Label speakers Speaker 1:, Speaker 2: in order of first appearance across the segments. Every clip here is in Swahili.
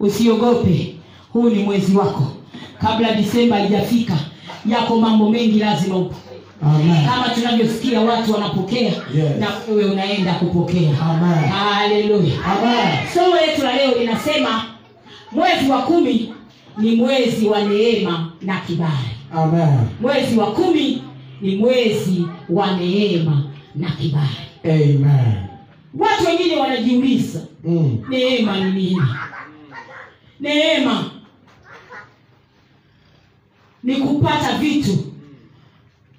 Speaker 1: Usiogope, huu ni mwezi wako. Kabla Disemba haijafika, yako mambo mengi lazima upo.
Speaker 2: Amen.
Speaker 1: Kama tunavyosikia watu wanapokea
Speaker 2: Yes.
Speaker 1: na wewe unaenda kupokea.
Speaker 2: Amen.
Speaker 1: Haleluya.
Speaker 2: Amen.
Speaker 1: Somo letu la leo linasema mwezi wa kumi ni mwezi wa neema na kibali.
Speaker 2: Amen.
Speaker 1: Mwezi wa kumi ni mwezi wa neema na kibali.
Speaker 2: Amen.
Speaker 1: Watu wengine wanajiuliza
Speaker 2: Mm.
Speaker 1: neema ni nini neema ni kupata vitu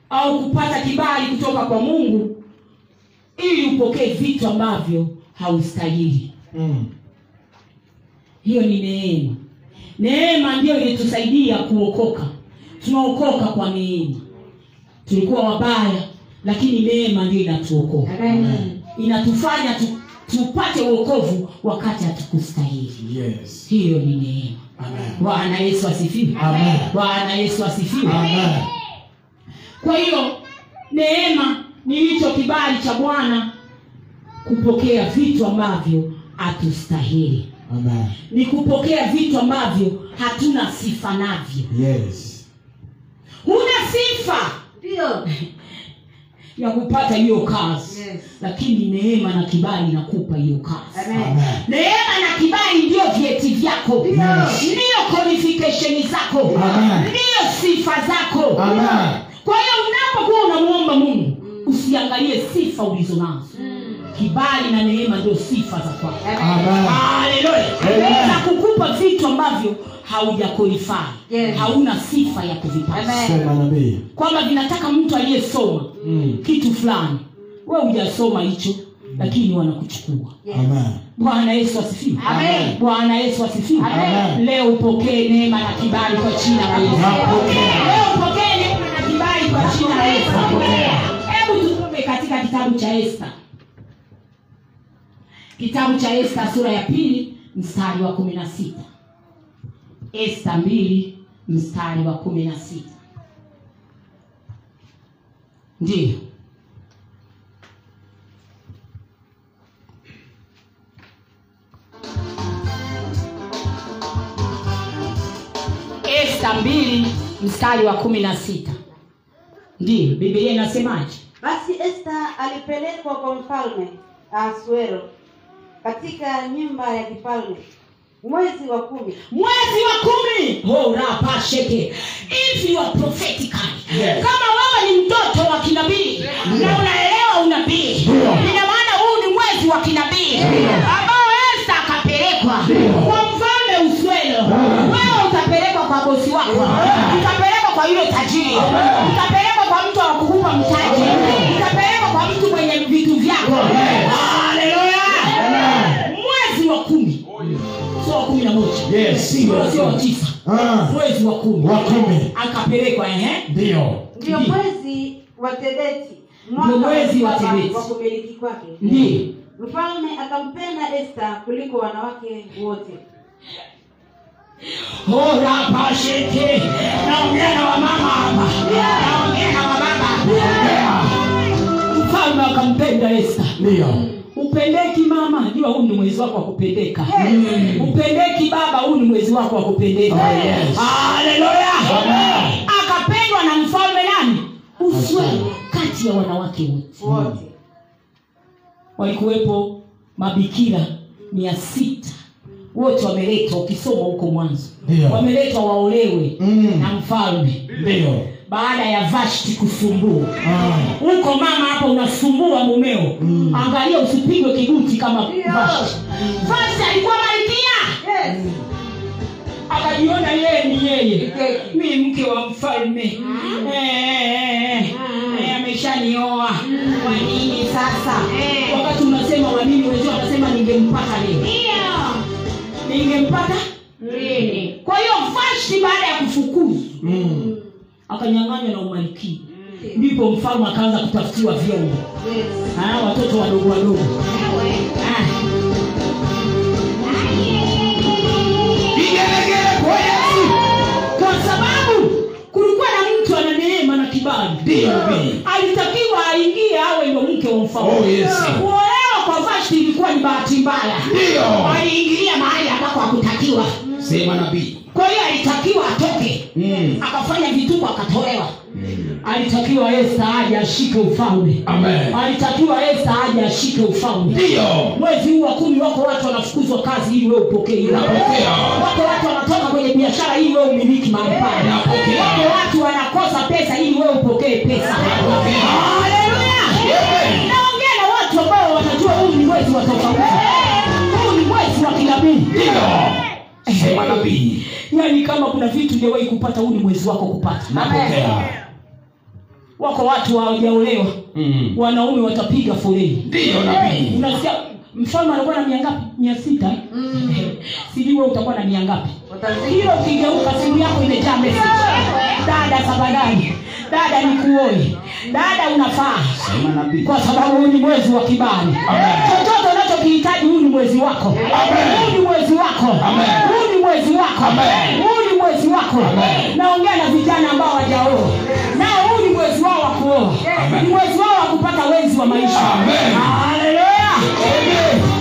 Speaker 1: au kupata kibali kutoka kwa mungu ili upokee vitu ambavyo haustahili
Speaker 2: Mm.
Speaker 1: hiyo ni neema neema ndiyo ilitusaidia kuokoka tunaokoka kwa neema tulikuwa wabaya lakini neema ndiyo inatuokoka
Speaker 2: Amen.
Speaker 1: inatufanya tu, tupate uokovu wakati hatukustahili
Speaker 2: Yes.
Speaker 1: hiyo ni neema
Speaker 2: Amen.
Speaker 1: bwana yesu asifiwe
Speaker 2: Amen.
Speaker 1: bwana yesu asifiwe
Speaker 2: Amen.
Speaker 1: kwa hiyo neema ni hicho kibali cha bwana kupokea vitu ambavyo hatustahili
Speaker 2: Amen.
Speaker 1: ni kupokea vitu ambavyo hatuna sifa navyo
Speaker 2: Yes.
Speaker 1: huna sifa
Speaker 3: Ndio.
Speaker 1: ya kupata hiyo kazi
Speaker 3: Yes.
Speaker 1: lakini neema na kibali nakupa hiyo kazi
Speaker 3: Amen.
Speaker 2: Amen.
Speaker 1: neema na kibali ndiyo vyeti vyako
Speaker 2: Yes.
Speaker 1: ndiyo qualification zako
Speaker 2: Amen.
Speaker 1: ndiyo sifa zako
Speaker 2: Amen.
Speaker 1: kwa hiyo unapokuwa unamuomba mungu usiangalie sifa ulizo nazo
Speaker 3: Mm.
Speaker 1: kibali na neema ndio sifa za kwako
Speaker 2: Amen.
Speaker 1: Haleluya.
Speaker 2: Amen.
Speaker 1: Naweza kukupa vitu ambavyo haujaqualify
Speaker 3: Yes.
Speaker 1: hauna sifa ya kuvipata
Speaker 3: Amen.
Speaker 2: Sema nabii.
Speaker 1: kwamba vinataka mtu aliyesoma
Speaker 2: Mm.
Speaker 1: kitu fulani we hujasoma hicho lakini wanakuchukua
Speaker 2: Amen.
Speaker 1: bwana yesu asifiwe
Speaker 3: Amen.
Speaker 1: bwana yesu asifiwe
Speaker 2: Amen.
Speaker 1: leo upokee neema na kibali kwa china la yesu
Speaker 2: Napokea.
Speaker 1: leo upokee neema na kibali kwa china la yesu hebu tusome katika kitabu cha esta kitabu cha esta sura ya pili mstari wa kumi na sita esta mbili mstari wa kumi na sita ndiyo esta mbili mstari wa kumi na sita ndiyo bibilia inasemaje
Speaker 3: Basi Esta alipelekwa kwa mfalme Ahasuero katika nyumba ya kifalme mwezi wa kumi.
Speaker 1: mwezi wa kumi horapasheke if you are prophetical
Speaker 2: Yes.
Speaker 1: kama wewe ni mtoto wa kinabii na unaelewa unabii ina maana huu ni mwezi wa kinabii ambao esa akapelekwa kwa mfalme uswelo wewe utapelekwa kwa bosi wako utapelekwa kwa yule tajiri utapelekwa kwa mtu awakukupa mtaji utapelekwa kwa mtu mwenye vitu vyako haleluya mwezi wa kumi sio wa kumi na moja
Speaker 2: Yes.
Speaker 1: Sio- sio wa tisa
Speaker 2: Ah.
Speaker 1: mwezi wa kumi
Speaker 2: Wa kumi.
Speaker 1: akapelekwa eh? ehe
Speaker 2: Ndio.
Speaker 3: Ndio
Speaker 1: Ndiyo.
Speaker 3: mwezi wa Tebeti,
Speaker 1: Ndio mwezi wa
Speaker 3: saba
Speaker 1: Tebeti.
Speaker 3: wa kumiliki kwake.
Speaker 1: ndiyo
Speaker 3: Mfalme akampenda Esta kuliko wanawake wote.
Speaker 1: hora pasheke naongea na wamama hapa naongea na wababa mfalme akampenda esta
Speaker 2: Ndio.
Speaker 1: upendeki mama jua huu ni mwezi wako wa kupendeka Hmm.
Speaker 3: Yes.
Speaker 1: upendeki baba huu ni mwezi wako wa kupendeka
Speaker 2: Oh, yes.
Speaker 1: haleluya
Speaker 2: Amen.
Speaker 1: akapendwa na mfalme nani uswe kati ya wanawake wote
Speaker 3: Wote.
Speaker 1: walikuwepo mabikira mia sita wote wameletwa ukisoma huko mwanzo
Speaker 2: Ndio.
Speaker 1: wameletwa waolewe
Speaker 2: Mm.
Speaker 1: na mfalme
Speaker 2: Ndio.
Speaker 1: baada ya vashti kusumbua
Speaker 2: Ah.
Speaker 1: huko mama hapo unasumbua mumeo mm. angalia usipigwe kiguti kama vashti vashti alikuwa malkia Mm.
Speaker 3: Yes.
Speaker 1: akajiona yeye ni Mm. yeye
Speaker 3: Yes.
Speaker 1: mi mke wa mfalme Eh, eh, ameshanioa kwa nini sasa wakati unasema wa nini wenzio wanasema ningempata leo ningempata kwa hiyo vashti baada ya kufukuzwa
Speaker 2: Mm.
Speaker 1: akanyanganywa na umalkia ndipo mfalme akaanza kutafutiwa vyombo
Speaker 3: Yes.
Speaker 1: Ah, watoto wadogo wadogo Ah. Vigelegele kwa Yesu. kwa sababu kulikuwa na mtu ana neema na kibali Ah,
Speaker 2: Ndio. Nabii.
Speaker 1: alitakiwa aingie awe ndo mke wa mfalme Ah,
Speaker 2: Oh, yes.
Speaker 1: kuolewa kwa vashti ilikuwa ni bahati mbaya
Speaker 2: Ndio.
Speaker 1: waliingilia mahali ambako alitakiwa
Speaker 2: sema nabii
Speaker 1: kwa hiyo alitakiwa atoke
Speaker 2: Mm.
Speaker 1: akafanya vituko akatolewa alitakiwa esa aje ashike ufalme
Speaker 2: Amen.
Speaker 1: alitakiwa esa aje ashike ufalme
Speaker 2: Ndiyo.
Speaker 1: mwezi huu wa kumi wako watu wanafukuzwa kazi ili wewe upokee hilo
Speaker 2: Napokea.
Speaker 1: wako watu wanatoka kwenye biashara ili wewe umiliki mahali pale
Speaker 2: Napokea.
Speaker 1: wako watu wanakosa pesa ili wewe upokee pesa
Speaker 2: Napokea.
Speaker 1: Haleluya.
Speaker 2: Amen.
Speaker 1: naongea na watu ambao wanajua huu ni mwezi wa tofauti huu ni mwezi wa kinabii
Speaker 2: ndiyo sema nabii
Speaker 1: yaani kama kuna vitu hujawahi kupata huu ni mwezi wako kupata
Speaker 2: napokea
Speaker 1: wako watu hawajaolewa
Speaker 2: Mm.
Speaker 1: wanaume watapiga foleni
Speaker 2: ndiyo nabii
Speaker 1: unasikia mfalme anakuwa na mia ngapi mia sita
Speaker 2: Mm-hmm.
Speaker 1: sijui wewe utakuwa na mia ngapi hilo ukigeuka simu yako imejaa message dada sabadani dada nikuoe dada unafaa
Speaker 2: sema nabii
Speaker 1: kwa sababu huu ni mwezi wa kibali chochote unachokihitaji huu ni mwezi wako huu ni mwezi wako
Speaker 2: Amen.
Speaker 1: huu ni mwezi wako
Speaker 2: Amen.
Speaker 1: huu ni mwezi wako
Speaker 2: Amen.
Speaker 1: naongea na vijana ambao wajaoa nao huu ni mwezi wao wa kuoa
Speaker 2: Amen.
Speaker 1: ni mwezi wao wa kupata wenzi wa maisha
Speaker 2: Amen.
Speaker 1: Haleluya.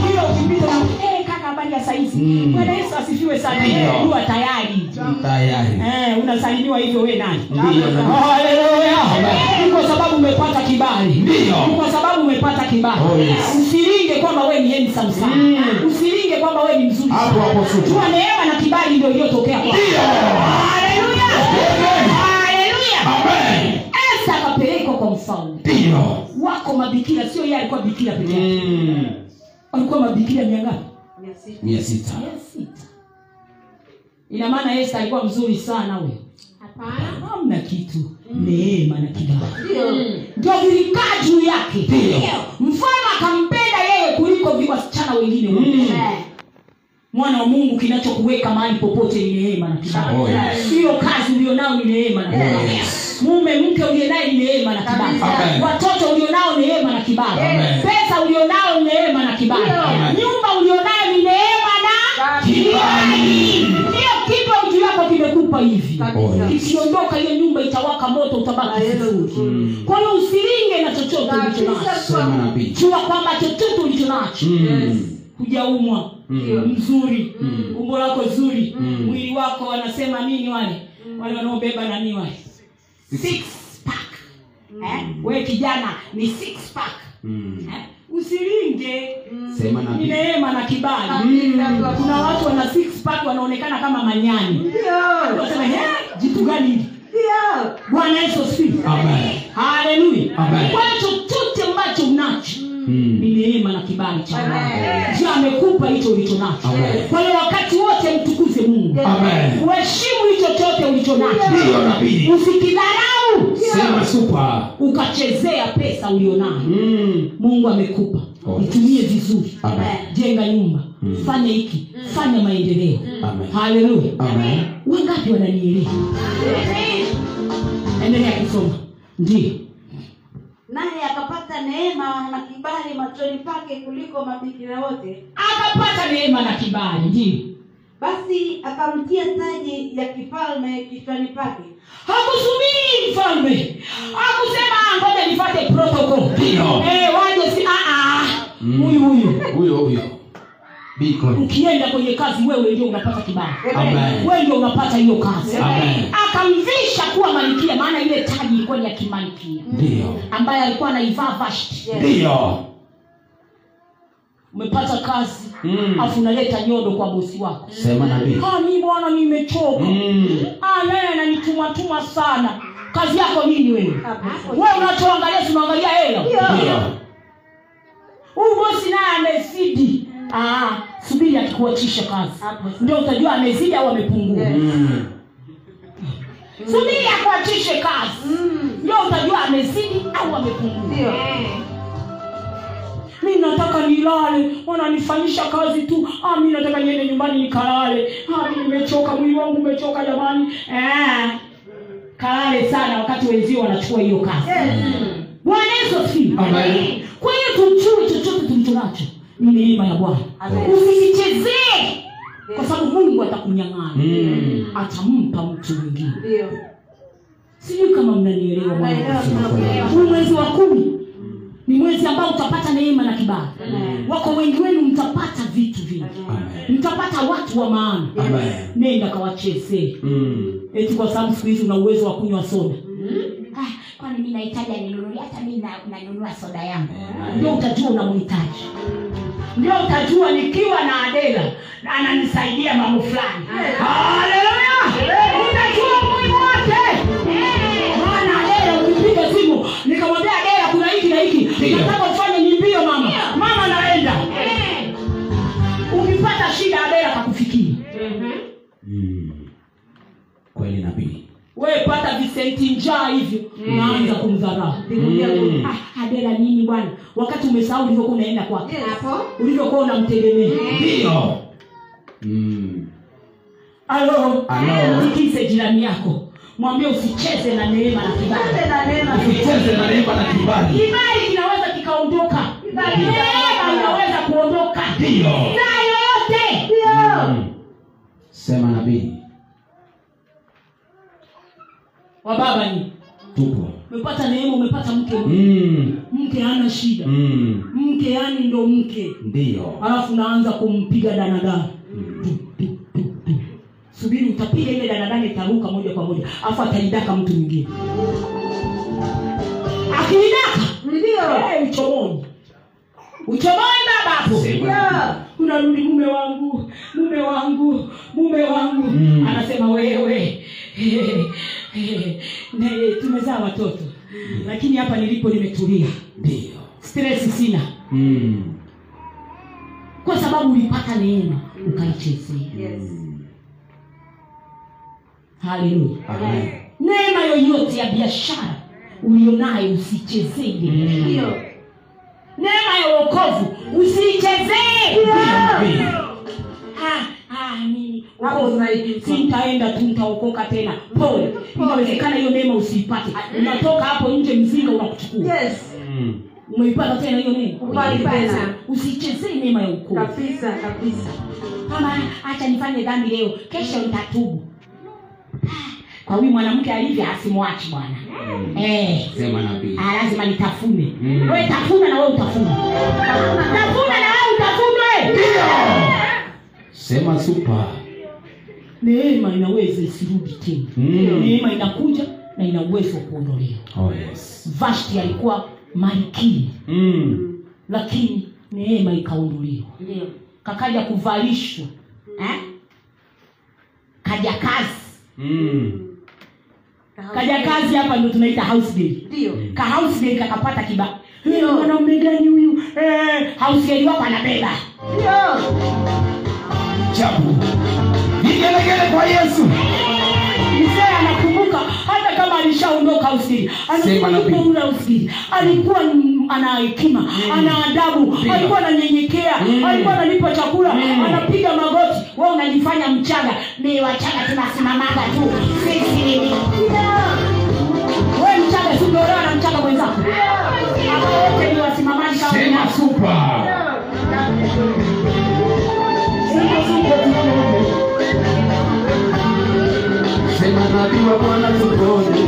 Speaker 1: Hiyo ukipita na, "Eh, kaka habari ya saizi
Speaker 2: Mm.
Speaker 1: bwana yesu asifiwe sana
Speaker 2: Ndiyo.
Speaker 1: kuwa tayari
Speaker 2: tayari
Speaker 1: Eh, unasalimiwa hivyo we nani
Speaker 2: Ndiyo, nabii.
Speaker 1: Haleluya. ni kwa sababu umepata kibali
Speaker 2: Ndiyo.
Speaker 1: ni kwa sababu umepata kibali
Speaker 2: Oh, yes.
Speaker 1: usilinge kwamba we ni handsome sana
Speaker 2: Mm.
Speaker 1: usilinge kwamba we ni mzuri
Speaker 2: Hapo, hapo, suti.
Speaker 1: Jua neema na kibali ndio iliyotokea kwako.
Speaker 2: Ndiyo.
Speaker 1: Haleluya.
Speaker 2: Amen.
Speaker 1: Haleluya.
Speaker 2: Amen.
Speaker 1: Esa akapelekwa kwa mfalme
Speaker 2: ndiyo
Speaker 1: wako mabikira sio yeye alikuwa bikira peke yake
Speaker 2: Mm.
Speaker 1: walikuwa mabikira mia ngapi
Speaker 3: mia sita
Speaker 2: mia sita
Speaker 1: Mia sita ina maana yesu alikuwa mzuri sana we hamna kitu neema na kibali ndio vilikaa juu yake
Speaker 2: Ndiyo.
Speaker 1: mfalme akampenda yeye kuliko vi- wasichana wengine wote
Speaker 3: Mm.
Speaker 1: mwana wa mungu kinachokuweka mahali popote ni neema na
Speaker 2: Oh,
Speaker 1: kibali
Speaker 2: yes.
Speaker 1: siyo kazi ulionao ni neema na
Speaker 2: Oh,
Speaker 1: kibali
Speaker 2: yes.
Speaker 1: mume mke ulionaye ni neema na kibali
Speaker 2: Amen.
Speaker 1: watoto ulionao ni neema na kibali
Speaker 2: Amen.
Speaker 1: pesa ulionao ni neema na kibali
Speaker 2: Amen.
Speaker 1: nyumba ulionayo ni neema na
Speaker 2: Kibali.
Speaker 1: ndiyo kipa uju yako kimekupa hivi
Speaker 2: Oh, yes.
Speaker 1: ikiondoka hiyo nyumba itawaka moto utabaki vizuri
Speaker 2: Mm.
Speaker 1: kwa hiyo usilinge na chochote ulicho nacho
Speaker 2: sema nabii
Speaker 1: jua kwamba chochote ulicho nacho
Speaker 2: Mm.
Speaker 1: hujaumwa
Speaker 2: Mm.
Speaker 1: mzuri
Speaker 2: Mm.
Speaker 1: umbo lako zuri
Speaker 2: Mm.
Speaker 1: mwili wako wanasema nini wale wale wanaobeba nani wale six pack eh? we kijana ni six pack
Speaker 2: Mm.
Speaker 1: eh? usilinge
Speaker 2: sema
Speaker 1: ni
Speaker 2: nabii
Speaker 1: neema na kibali kuna watu wana six pack wanaonekana kama manyani Wanasema, "Eh, jitu gani hili bwana yesu asifiwe
Speaker 2: Amen.
Speaker 1: haleluya
Speaker 2: Amen.
Speaker 1: kwa hiyo chochote ambacho unacho ni
Speaker 2: Mm.
Speaker 1: neema na kibali cha Mungu.
Speaker 2: Amen.
Speaker 1: Jua amekupa hicho ulicho nacho.
Speaker 2: Amen.
Speaker 1: Kwa hiyo wakati wote mtukuze Mungu,
Speaker 2: Amen.
Speaker 1: uheshimu hicho chote ulicho nacho,
Speaker 2: ndiyo nabii
Speaker 1: usikidharau
Speaker 2: sema super
Speaker 1: ukachezea pesa ulionayo.
Speaker 2: Mm.
Speaker 1: Mungu amekupa,
Speaker 2: Oh.
Speaker 1: itumie vizuri,
Speaker 2: Amen.
Speaker 1: jenga nyumba,
Speaker 2: Mm.
Speaker 1: fanya hiki, fanya maendeleo.
Speaker 2: Hmm. Amen.
Speaker 1: Haleluya!
Speaker 2: Amen.
Speaker 1: Wangapi wananielewa? Endelea kusoma. Ndiyo.
Speaker 3: naye akapata neema na kibali machoni pake kuliko mabikira wote
Speaker 1: Akapata neema na kibali. Ndiyo.
Speaker 3: basi akamtia taji ya kifalme kichwani pake
Speaker 1: hakusubiri mfalme hakusema "Ah, ngoja nifate protocol
Speaker 2: Ndio.
Speaker 1: Eh, waje si ah, ah.
Speaker 2: Mm.
Speaker 1: huyu huyu
Speaker 2: huyo huyo biko
Speaker 1: ukienda kwenye kazi wewe ndio unapata kibali
Speaker 2: Amen.
Speaker 1: wewe ndio unapata hiyo kazi
Speaker 2: Amen.
Speaker 1: akamvisha kuwa malkia maana ile taji ilikuwa ni ya kimalkia
Speaker 2: ndiyo
Speaker 1: ambaye alikuwa anaivaa vashti
Speaker 2: ndiyo
Speaker 1: umepata kazi
Speaker 2: Mm.
Speaker 1: afu unaleta nyodo kwa bosi wako
Speaker 2: sema nabii
Speaker 1: ah, mi bwana nimechoka
Speaker 2: Mm.
Speaker 1: Ah, yeye ananitumatuma sana kazi yako nini wewe wewe unachoangalia tunaangalia hela
Speaker 2: ndiyo
Speaker 1: huyu bosi naye amezidi Ah, subiri akikuachisha kazi ndio utajua amezidi au amepungua
Speaker 3: Eh.
Speaker 2: Mm.
Speaker 1: subiri akuachishe kazi
Speaker 3: Mm.
Speaker 1: ndio utajua amezidi au amepungua mi nataka nilale wananifanyisha kazi tu ah, mi nataka niende nyumbani nikalale ah, mi nimechoka mwili wangu umechoka jamani eh, kalale sana wakati wenzio wanachukua hiyo kazi
Speaker 3: Eh.
Speaker 1: bwana yesu asifiwe
Speaker 2: Amen.
Speaker 1: kwa hiyo tujue chochote tulicho nacho ni neema ya bwana
Speaker 3: Amen.
Speaker 1: usikichezee kwa sababu mungu atakunyang'ana
Speaker 2: Mm.
Speaker 1: atampa mtu mwingine
Speaker 3: ndio
Speaker 1: sijui kama mnanielewa bwana huu mwezi wa kumi ni mwezi ambao utapata neema na kibali wako wengi wenu mtapata vitu vingi
Speaker 2: Amen.
Speaker 1: mtapata watu wa maana
Speaker 2: Amen.
Speaker 1: nenda kawachezee
Speaker 2: Mm.
Speaker 1: eti kwa sababu siku hizi una uwezo wa kunywa soda
Speaker 4: Ah, kwani mi nahitaji ninunulie hata mi na- nanunua soda yangu
Speaker 1: Hmm. ndio utajua unamhitaji ndio utajua nikiwa na adela ananisaidia mambo fulani
Speaker 4: Hmm.
Speaker 1: haleluya utajua umuhimu wake maana adela ukipiga simu nikamwambia adela kuna hiki na hiki
Speaker 2: Ndio.
Speaker 1: nataka ufanye nimbio mama mama naenda ukipata shida adela takufikia
Speaker 2: Mm. Kweli nabii.
Speaker 1: we pata visenti njaa hivyo naanza kumdharau
Speaker 2: Mm.
Speaker 1: ah, adela nini bwana wakati umesahau ulivyokuwa unaenda kwake
Speaker 3: hapo
Speaker 1: ulivyokuwa unamtegemea
Speaker 2: Ndio. Mm.
Speaker 1: alo
Speaker 2: Alo.
Speaker 1: tikise jirani yako mwambie usicheze na neema na kibali
Speaker 3: na neema
Speaker 2: Usicheze na neema na kibali.
Speaker 1: kibali kinaweza kikaondoka
Speaker 3: Kibali.
Speaker 1: neema inaweza kuondoka
Speaker 2: Ndio.
Speaker 1: saa yoyote
Speaker 2: Mm. Sema nabii.
Speaker 1: wababa ni
Speaker 2: Tupo.
Speaker 1: umepata neema umepata mke
Speaker 2: Mm.
Speaker 1: mke hana shida
Speaker 2: Mm.
Speaker 1: mke yani ndo mke
Speaker 2: Ndio.
Speaker 1: alafu naanza kumpiga danadana subiri utapiga ile danadana itaruka moja kwa moja alafu ataidaka mtu mwingine akiidaka
Speaker 3: ndio
Speaker 1: Eh, uchomoni uchomoni baba hapo
Speaker 2: Sema nabii.
Speaker 1: unarudi mume wangu mume wangu mume wangu
Speaker 2: Mm.
Speaker 1: anasema wewe Na, eh, tumezaa watoto lakini hapa nilipo nimetulia
Speaker 2: Ndio.
Speaker 1: stress sina
Speaker 2: Mm.
Speaker 1: kwa sababu ulipata neema ukaichezea
Speaker 3: yes
Speaker 2: Mm.
Speaker 1: haleluya
Speaker 2: Amen.
Speaker 1: neema yoyote ya biashara ulionayo usichezee
Speaker 3: ndio
Speaker 2: Mm.
Speaker 1: neema ya wokovu usiichezee
Speaker 2: Nabii.
Speaker 1: Ah, ah, mimi
Speaker 3: Hapo
Speaker 1: wokovu,
Speaker 3: unaijua.
Speaker 1: sintaenda tu nitaokoka tena pole inawezekana hiyo neema usiipate unatoka hapo nje mzinga unakuchukua
Speaker 3: yes
Speaker 2: Mm.
Speaker 1: umeipata tena hiyo neema
Speaker 3: Upate tena.
Speaker 1: usichezee neema ya ukoo
Speaker 3: kabisa kabisa
Speaker 1: kama hacha nifanye dhambi leo kesho nitatubu kwa huyu mwanamke alivyo asimwachi bwana
Speaker 2: Mm.
Speaker 1: eh,
Speaker 2: Sema nabii.
Speaker 1: ah, lazima nitafune
Speaker 2: Mm.
Speaker 1: we tafuna na we utafuna tafuna na we utafunwe
Speaker 2: Sema super.
Speaker 1: neema inaweza isirudi tena
Speaker 2: Mm.
Speaker 1: neema inakuja na ina uwezo wa kuondolewa
Speaker 2: Oh yes.
Speaker 1: vashti alikuwa malikini
Speaker 2: Mm.
Speaker 1: lakini neema ikaondolewa
Speaker 3: ndio
Speaker 1: kakaja kuvalishwa eh? kaja kazi
Speaker 2: Mm.
Speaker 1: kaja kazi hapa ndio tunaita house girl.
Speaker 3: ndio
Speaker 1: ka house girl kakapata kiba Eh, mwanaume gani huyu Eh, house girl wako anabeba
Speaker 3: ndio
Speaker 2: Chapu. Vigelegele kwa Yesu.
Speaker 1: mzee anakumbuka hata kama alishaondoka usiri
Speaker 2: Sema na pili.
Speaker 1: anakumbuka usiri alikuwa ni- ana hekima ana adabu
Speaker 2: Pia.
Speaker 1: alikuwa ananyenyekea
Speaker 2: Mm.
Speaker 1: alikuwa analipa chakula
Speaker 2: Mm.
Speaker 1: anapiga magoti we unajifanya mchaga ni wachaga tunasimamaga tu sisi ni we mchaga singeolewa na mchaga mwenzako Hawa wote ni wasimamaji kama
Speaker 2: Sema
Speaker 1: mimi.
Speaker 2: super. Sema nabii wa Bwana tukoje.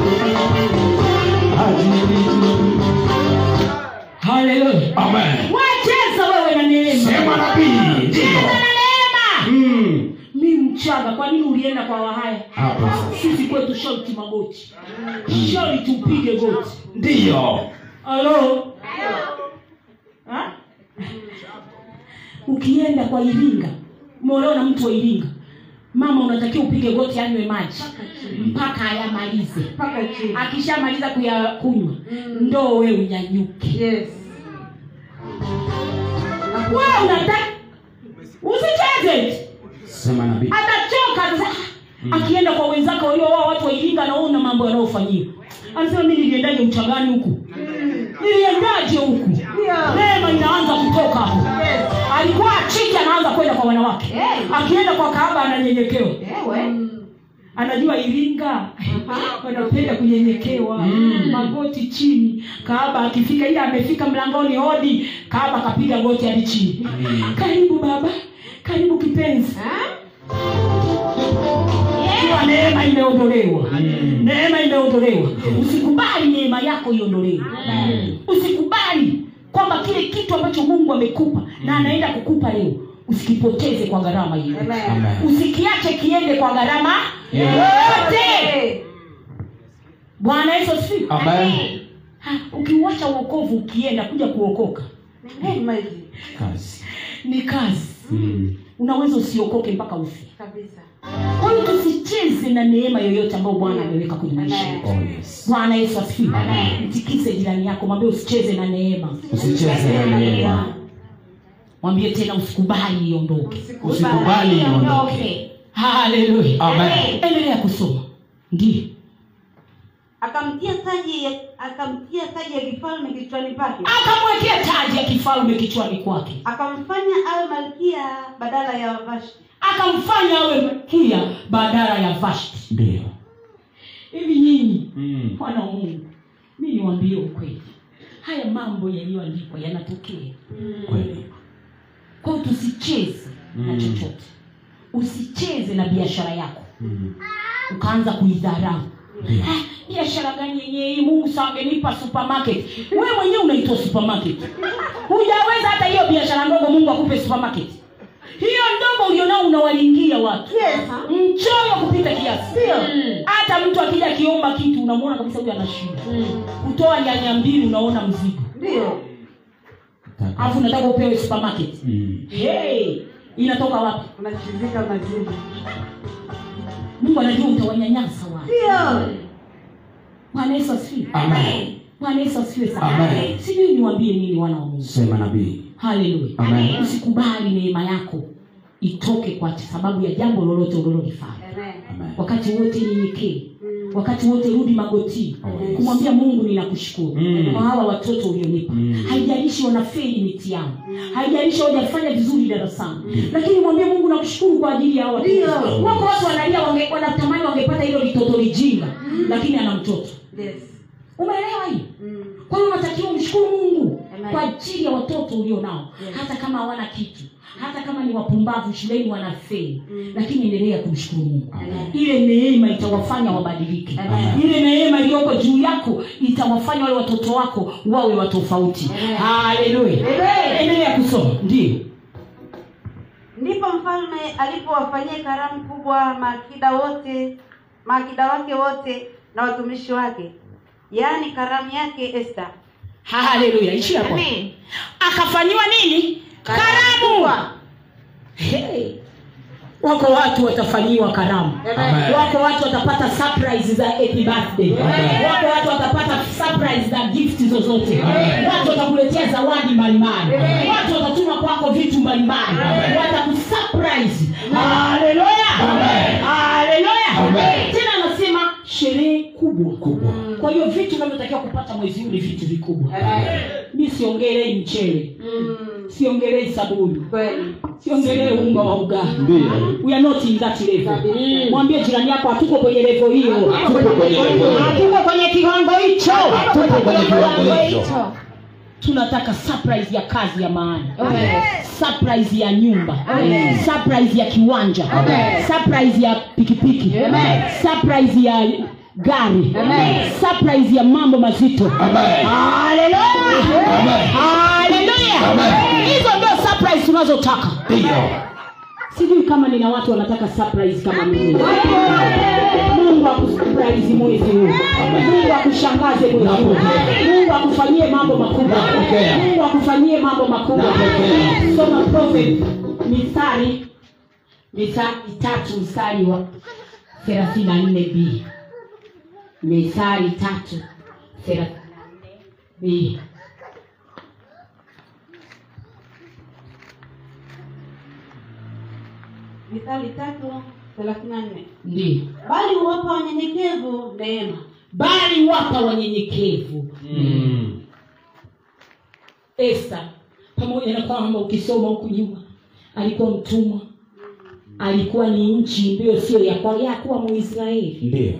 Speaker 2: Ajili.
Speaker 1: Hallelujah.
Speaker 2: Amen.
Speaker 1: wacheza wewe na neema
Speaker 2: Sema nabii.
Speaker 1: Cheza
Speaker 2: Ndio.
Speaker 1: na neema
Speaker 2: Mm.
Speaker 1: mi mchaga kwa nini ulienda kwa wahaya
Speaker 2: Hapa sasa.
Speaker 1: sisi kwetu shauti magoti shauri tupige goti
Speaker 2: Ndio.
Speaker 1: alo Ha? ukienda kwa iringa umeolewa na mtu wa iringa mama unatakiwa upige goti anywe maji mpaka ayamalize
Speaker 3: mpaka chini
Speaker 1: akishamaliza kuyakunywa
Speaker 3: Mm.
Speaker 1: ndoo we unyanyuke
Speaker 3: yes
Speaker 1: we unataka usicheze eti.
Speaker 2: Sema nabii.
Speaker 1: atachoka atasema,
Speaker 2: Mm.
Speaker 1: "Ah, akienda kwa wenzake waliowaa watu wailinga na wao na mambo yanayofanyiwa anasema mi niliendaje uchangani huku niliendaje huku neema inaanza kutoka hapo alikuwa achiki anaanza kwenda kwa wanawake akienda kwa kahaba ananyenyekewa Mm. anajua iringa wanapenda kunyenyekewa
Speaker 2: Mm.
Speaker 1: magoti chini kaaba akifika ile amefika mlangoni hodi kaaba akapiga goti hadi chini
Speaker 2: Mm.
Speaker 1: karibu baba karibu kipenzi ikiwa neema imeondolewa
Speaker 2: Mm.
Speaker 1: neema imeondolewa usikubali neema yako iondolewe usikubali kwamba kile kitu ambacho mungu amekupa na anaenda kukupa leo usikipoteze kwa gharama hiyo
Speaker 3: Amen.
Speaker 2: Amen.
Speaker 1: usikiache kiende kwa gharama
Speaker 2: Yeah.
Speaker 1: yoyote bwana yesu asifiwe
Speaker 2: Amen.
Speaker 1: Ha, ukiuacha uokovu ukienda kuja kuokoka
Speaker 3: Amen.
Speaker 2: Kazi.
Speaker 1: ni kazi
Speaker 2: Mm.
Speaker 1: unaweza usiokoke mpaka ufe
Speaker 3: Kabisa.
Speaker 1: kwa hiyo tusicheze na neema yoyote ambayo bwana ameweka kwenye maisha yetu.
Speaker 2: Oh, yes.
Speaker 1: bwana yesu asifiwe
Speaker 2: Amen.
Speaker 1: mtikise jirani yako mwambie usicheze na neema
Speaker 2: Usicheze na neema.
Speaker 1: mwambie tena usikubali iondoke
Speaker 2: Usikubali iondoke.
Speaker 1: haleluya
Speaker 2: Amen.
Speaker 1: endelea kusoma ndio
Speaker 3: akamtia taji ya- akamtia taji ya kifalme kichwani pake
Speaker 1: akamwekea taji ya kifalme kichwani kwake
Speaker 3: akamfanya awe malkia badala ya vashti
Speaker 1: akamfanya awe mkia badala ya vashti
Speaker 2: Ndio.
Speaker 1: hivi nyinyi
Speaker 2: Mm.
Speaker 1: bwana wa mungu mi niwambie ukweli haya mambo yaliyoandikwa yanatokea
Speaker 2: Kweli.
Speaker 1: kwa hiyo tusicheze na
Speaker 2: Mm.
Speaker 1: chochote usicheze na biashara yako
Speaker 2: Mm.
Speaker 1: ukaanza kuidharau
Speaker 2: Ndio.
Speaker 1: Ah, biashara gani yenyewe hii mungu saa angenipa supermarket wewe mwenyewe unaitwa supermarket hujaweza hata hiyo biashara ndogo mungu akupe supermarket hiyo ndogo ulionao unawalingia watu mchoyo kupita kiasi hata mtu akija akiomba kitu unamwona kabisa huyu ana shida kutoa nyanya mbili unaona mzigo
Speaker 3: ndio
Speaker 2: Taka.
Speaker 1: alafu unataka upewe supermarket
Speaker 2: Mm.
Speaker 1: hey, inatoka wapi
Speaker 3: unachizika mazimu
Speaker 1: mungu anajua utawanyanyasa watu
Speaker 3: ndio
Speaker 1: bwana yesu asifiwe
Speaker 2: Amen.
Speaker 1: bwana yesu asifiwe sana
Speaker 2: Amen.
Speaker 1: sijui niwambie nini wana wa mungu
Speaker 2: Sema nabii.
Speaker 1: haleluya
Speaker 2: Amen.
Speaker 1: usikubali neema yako itoke kwa sababu ya jambo lolote ulilolifanya
Speaker 3: Amen.
Speaker 2: Amen.
Speaker 1: wakati wote nyenyekee
Speaker 3: Mm.
Speaker 1: wakati wote rudi magotini
Speaker 2: Oh, yes.
Speaker 1: kumwambia mungu ninakushukuru
Speaker 2: Mm.
Speaker 1: kwa hawa watoto ulionipa
Speaker 2: Mm.
Speaker 1: haijalishi wanafeli mitihani
Speaker 3: Mm.
Speaker 1: haijalishi hawajafanya vizuri darasani
Speaker 2: Mm.
Speaker 1: lakini mwambie mungu nakushukuru kwa ajili ya hawa watoto.
Speaker 3: Ndio.
Speaker 1: wako watu wanalia wange- wanatamani wangepata hilo litoto lijinga
Speaker 3: Mm.
Speaker 1: lakini ana mtoto
Speaker 3: Yes.
Speaker 1: umeelewa hiyo
Speaker 3: Mm.
Speaker 1: kwa hiyo unatakiwa mshukuru mungu
Speaker 3: Amen.
Speaker 1: kwa ajili ya watoto ulio nao
Speaker 3: Yes.
Speaker 1: hata kama hawana kitu hata kama ni wapumbavu shuleni wanafeli
Speaker 3: Mm.
Speaker 1: lakini endelea kumshukuru mungu
Speaker 2: Amen.
Speaker 1: ile neema itawafanya wabadilike
Speaker 3: Amen.
Speaker 1: ile neema iliyoko juu yako itawafanya wale watoto wako wawe watofauti
Speaker 3: Amen.
Speaker 1: haleluya endelea kusoma ndio
Speaker 3: ndipo mfalme alipowafanyia karamu kubwa maakida wote maakida wake wote na watumishi wake yaani karamu yake esta
Speaker 1: haleluya ishia hapo akafanyiwa nini karamu hey. wako watu watafanyiwa karamu
Speaker 2: Amen.
Speaker 1: wako watu watapata surprise za happy birthday
Speaker 2: Amen.
Speaker 1: wako watu watapata surprise za gift zozote
Speaker 2: Amen.
Speaker 1: watu watakuletea zawadi mbalimbali
Speaker 2: Amen.
Speaker 1: watu watatuma kwako vitu mbalimbali
Speaker 2: Amen.
Speaker 1: watakusurprise haleluya
Speaker 2: Amen.
Speaker 1: haleluya
Speaker 2: Amen.
Speaker 1: tena anasema sherehe kubwa
Speaker 2: Kubwa.
Speaker 1: kwa hiyo vitu unavyotakiwa kupata mwezi huu ni vitu vikubwa
Speaker 2: Amen.
Speaker 1: mi siongelei mchele
Speaker 3: Mm.
Speaker 1: siongelei sabuni
Speaker 3: kweli
Speaker 1: siongelee unga wa ugali
Speaker 2: Ndio.
Speaker 1: we are not in that level
Speaker 3: Mm.
Speaker 1: mwambie jirani yako hatuko kwenye level hiyo
Speaker 2: Tuko kwenye level hiyo.
Speaker 1: hatuko kwenye kiwango hicho
Speaker 2: Tuko kwenye kiwango hicho.
Speaker 1: tunataka surprise ya kazi ya maana
Speaker 3: Amen.
Speaker 1: surprise ya nyumba
Speaker 3: Amen.
Speaker 1: surprise ya kiwanja
Speaker 2: Amen.
Speaker 1: surprise ya pikipiki
Speaker 3: Amen.
Speaker 1: surprise ya gari
Speaker 3: Amen.
Speaker 1: surprise ya mambo mazito
Speaker 2: Amen.
Speaker 1: Hallelujah.
Speaker 2: Amen.
Speaker 1: Hallelujah.
Speaker 2: Amen.
Speaker 1: hizo ndio surprise tunazotaka
Speaker 2: Ndio.
Speaker 1: sijui kama nina watu wanataka surprise kama mimi mungu akusurprise mwezi huu mungu akushangaze mwezi huu
Speaker 2: Napokea.
Speaker 1: mungu akufanyie mambo makubwa
Speaker 2: Napokea.
Speaker 1: mungu akufanyie mambo makubwa
Speaker 2: Napokea.
Speaker 1: soma prophet mistari mistari tatu mstari wa thelathini na nne b mistari tatu thelathini na nne b
Speaker 3: mithali tatu thelathini na nne
Speaker 1: ndio
Speaker 3: bali huwapa wanyenyekevu neema
Speaker 1: bali wapa wanyenyekevu
Speaker 2: Mm.
Speaker 1: Esta pamoja na kwamba ukisoma huku nyuma alikuwa mtumwa, alikuwa ni nchi ndiyo sio ya kwake, hakuwa Mwisraeli,
Speaker 2: Ndio.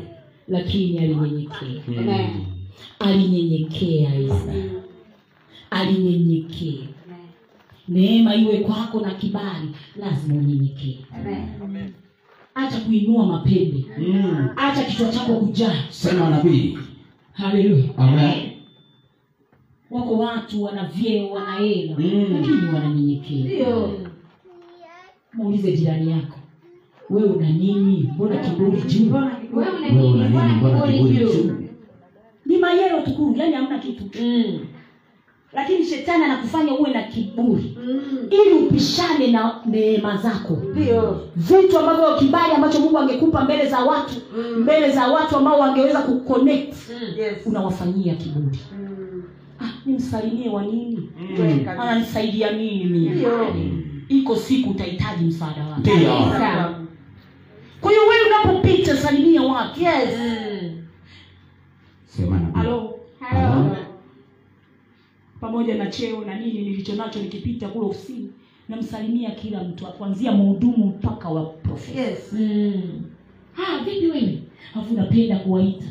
Speaker 1: lakini alinyenyekea,
Speaker 2: Mm.
Speaker 1: alinyenyekea Esta, alinyenyekea. Neema iwe kwako na kibali, lazima unyenyekee. Acha kuinua mapembe,
Speaker 2: Mm.
Speaker 1: acha kichwa chako kujaa.
Speaker 2: Sema nabii.
Speaker 1: Haleluya!
Speaker 2: Amen.
Speaker 1: Wako watu wana vyeo, wana hela,
Speaker 2: Mm.
Speaker 1: lakini wananyenyekea.
Speaker 3: ndio
Speaker 1: muulize jirani yako wewe una nini mbona kiburi juu
Speaker 4: wewe una
Speaker 2: Wewe
Speaker 4: nini
Speaker 2: una nini?
Speaker 4: mbona
Speaker 2: Mbona
Speaker 4: kiburi
Speaker 2: kiburi
Speaker 4: juu
Speaker 2: juu?
Speaker 1: ni mayero tukuu yani hamna kitu
Speaker 4: Mm.
Speaker 1: lakini shetani anakufanya uwe na kiburi
Speaker 3: Mm.
Speaker 1: ili upishane na neema zako
Speaker 3: Ndio.
Speaker 1: vitu ambavyo kibali ambacho mungu angekupa mbele za watu
Speaker 3: Mm.
Speaker 1: mbele za watu ambao wangeweza kuconnect
Speaker 3: Yes.
Speaker 1: unawafanyia kiburi
Speaker 3: Mm.
Speaker 1: ah, nimsalimie wa nini
Speaker 3: Kweli kabisa.
Speaker 1: ananisaidia nini mimi
Speaker 3: Ndio.
Speaker 1: iko siku utahitaji msaada wake
Speaker 2: Ndio.
Speaker 1: kwa hiyo wewe unapopita salimia watu
Speaker 3: Yes.
Speaker 2: Sema nabii.
Speaker 1: halo
Speaker 4: Halo.
Speaker 1: pamoja na cheo na nini nilicho nacho nikipita kule ofisini namsalimia kila mtu kuanzia mhudumu mpaka wa profesa
Speaker 3: Yes.
Speaker 4: Mm.
Speaker 1: ah, vipi wewe alafu napenda kuwaita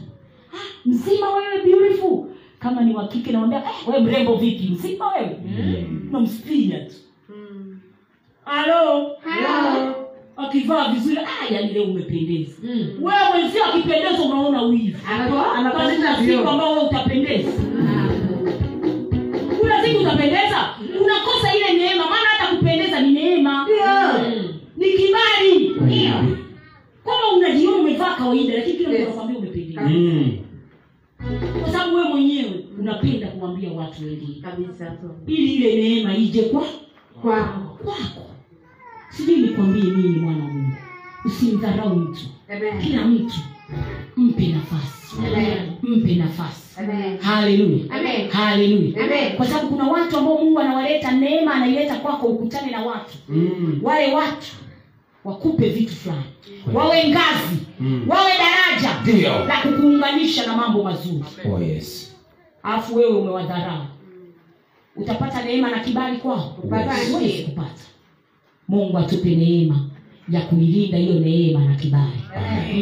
Speaker 1: ah, mzima wewe beautiful kama ni wakike naambia eh, wewe mrembo vipi mzima wewe
Speaker 2: Mm.
Speaker 1: namsikia tu
Speaker 3: Mm.
Speaker 1: halo
Speaker 4: Halo.
Speaker 1: akivaa vizuri ah, yani leo umependeza
Speaker 4: Mm.
Speaker 1: wewe mwenzio akipendeza unaona wivu
Speaker 4: Anapo-
Speaker 1: Basi kuna siku ambao wewe utapendeza
Speaker 3: Mm.
Speaker 1: kuna siku utapendeza unakosa ile neema maana hata kupendeza ni neema
Speaker 4: Mm.
Speaker 1: ni kibali
Speaker 2: Ndio.
Speaker 1: kama unajiona umevaa kawaida lakini kila mtu
Speaker 3: Yes.
Speaker 1: anakwambia umependeza
Speaker 2: Mm.
Speaker 1: kwa sababu wewe mwenyewe unapenda kuambia watu wengine
Speaker 3: Kabisa tu.
Speaker 1: ili ile neema ije kwa
Speaker 3: Kwako.
Speaker 1: kwako sijui nikwambie nini mwana wa mungu usimdharau mtu
Speaker 3: Amen.
Speaker 1: kila mtu mpe nafasi
Speaker 3: Amen.
Speaker 1: mpe nafasi
Speaker 3: Amen.
Speaker 1: haleluya
Speaker 3: Amen.
Speaker 1: haleluya
Speaker 3: Amen.
Speaker 1: kwa sababu kuna watu ambao mungu anawaleta neema anaileta kwako ukutane na watu
Speaker 2: Mm.
Speaker 1: wale watu wakupe vitu fulani wawe ngazi
Speaker 2: Mm.
Speaker 1: wawe daraja
Speaker 2: Ndio.
Speaker 1: la kukuunganisha na mambo mazuri
Speaker 2: Oh yes.
Speaker 1: alafu wewe umewadharau utapata neema na kibali kwao
Speaker 3: Upata.
Speaker 1: Huwezi kupata mungu atupe neema ya kuilinda hiyo neema na kibali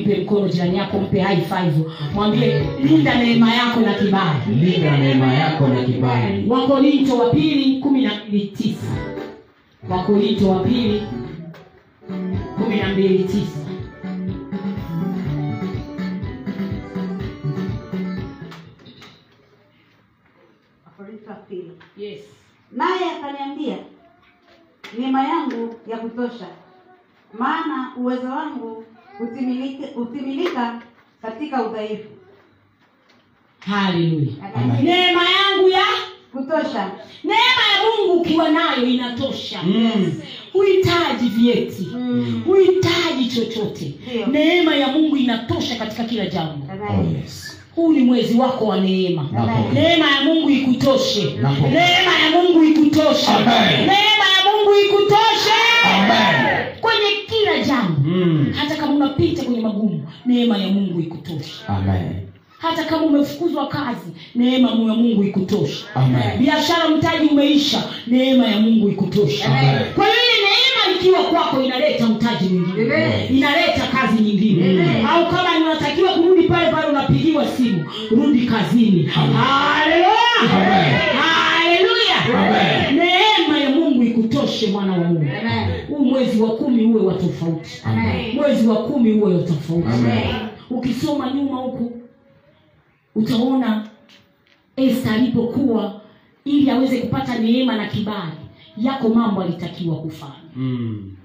Speaker 1: mpe mkono jirani yako mpe high five mwambie linda neema yako na kibali
Speaker 2: Linda neema yako na kibali.
Speaker 1: wakorinto wa pili kumi na mbili tisa wakorinto wa pili kumi na mbili tisa
Speaker 3: Wakorintho wa pili.
Speaker 1: yes.
Speaker 3: naye akaniambia neema yangu ya kutosha maana uwezo wangu hutimilike- hutimilika katika udhaifu
Speaker 1: haleluya
Speaker 3: Amen.
Speaker 1: neema yangu ya
Speaker 3: kutosha
Speaker 1: neema ya mungu ukiwa nayo inatosha
Speaker 2: Mm.
Speaker 1: huhitaji vyeti
Speaker 3: Mm.
Speaker 1: huhitaji chochote
Speaker 3: Ndio.
Speaker 1: neema ya mungu inatosha katika kila jambo
Speaker 2: Oh
Speaker 3: Amen.
Speaker 2: yes.
Speaker 1: huu ni mwezi wako wa neema
Speaker 2: Amen.
Speaker 1: neema ya mungu ikutoshe
Speaker 2: Amen.
Speaker 1: neema ya mungu ikutoshe
Speaker 2: Amen.
Speaker 1: neema ya mungu ikutoshe
Speaker 2: Amen.
Speaker 1: kwenye kila jambo
Speaker 2: Mm.
Speaker 1: hata kama unapita kwenye magumu neema ya mungu ikutoshe
Speaker 2: Amen.
Speaker 1: hata kama umefukuzwa kazi neema ya mungu ikutoshe
Speaker 2: Amen.
Speaker 1: biashara mtaji umeisha neema ya mungu ikutoshe
Speaker 2: Amen.
Speaker 1: kwa hiyo ile neema ikiwa kwako inaleta mtaji mwingine
Speaker 3: Amen.
Speaker 1: inaleta kazi nyingine
Speaker 3: Amen.
Speaker 1: au kama ni unatakiwa kurudi pale pale unapigiwa simu rudi kazini haleluya
Speaker 2: Amen.
Speaker 1: haleluya
Speaker 2: Amen.
Speaker 1: neema ya mungu ikutoshe mwana wa mungu
Speaker 3: Amen.
Speaker 1: huu mwezi wa kumi uwe wa tofauti
Speaker 2: Amen.
Speaker 1: mwezi wa kumi uwe wa tofauti
Speaker 2: Amen.
Speaker 1: ukisoma nyuma huku utaona esta alipokuwa ili aweze kupata neema na kibali yako mambo alitakiwa kufanya
Speaker 2: Mm.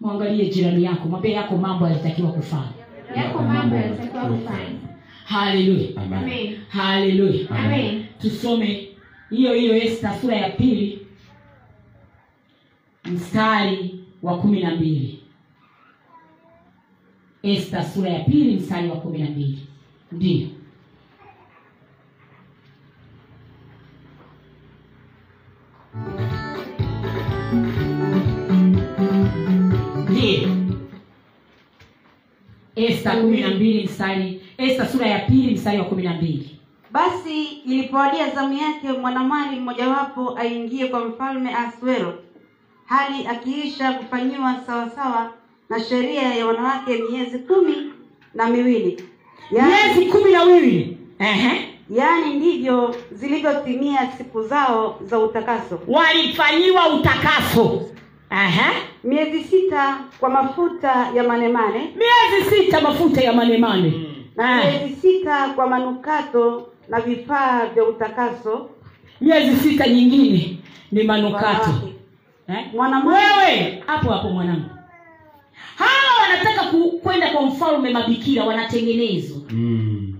Speaker 1: mwangalie jirani yako mwambie yako mambo alitakiwa kufanya
Speaker 4: yako mambo yatakiwa kufanya
Speaker 1: haleluya
Speaker 2: Amen.
Speaker 4: amen
Speaker 1: haleluya
Speaker 4: amen
Speaker 1: tusome hiyo hiyo esta sura ya pili mstari wa kumi na mbili esta sura ya pili mstari wa kumi na mbili ndiyo ndiyo esta kumi na mbili mstari esta sura ya pili mstari wa kumi na mbili
Speaker 3: basi ilipowadia zamu yake mwanamali mmojawapo aingie kwa mfalme asuero hali akiisha kufanyiwa sawasawa na sheria ya wanawake miezi kumi na miwili yaani
Speaker 1: miezi kumi na miwili Ehe.
Speaker 3: yaani ndivyo zilivyotimia siku zao za utakaso
Speaker 1: walifanyiwa utakaso Ehe.
Speaker 3: miezi sita kwa mafuta ya manemane
Speaker 1: miezi sita mafuta ya manemane Eh.
Speaker 3: miezi sita kwa manukato na vifaa vya utakaso
Speaker 1: miezi sita nyingine ni manukato
Speaker 3: wanawake.
Speaker 1: eh?
Speaker 3: Mwanamwali-
Speaker 1: wewe hapo hapo mwanangu hawa wanataka ku- kwenda kwa mfalme mabikira wanatengenezwa
Speaker 2: Mm.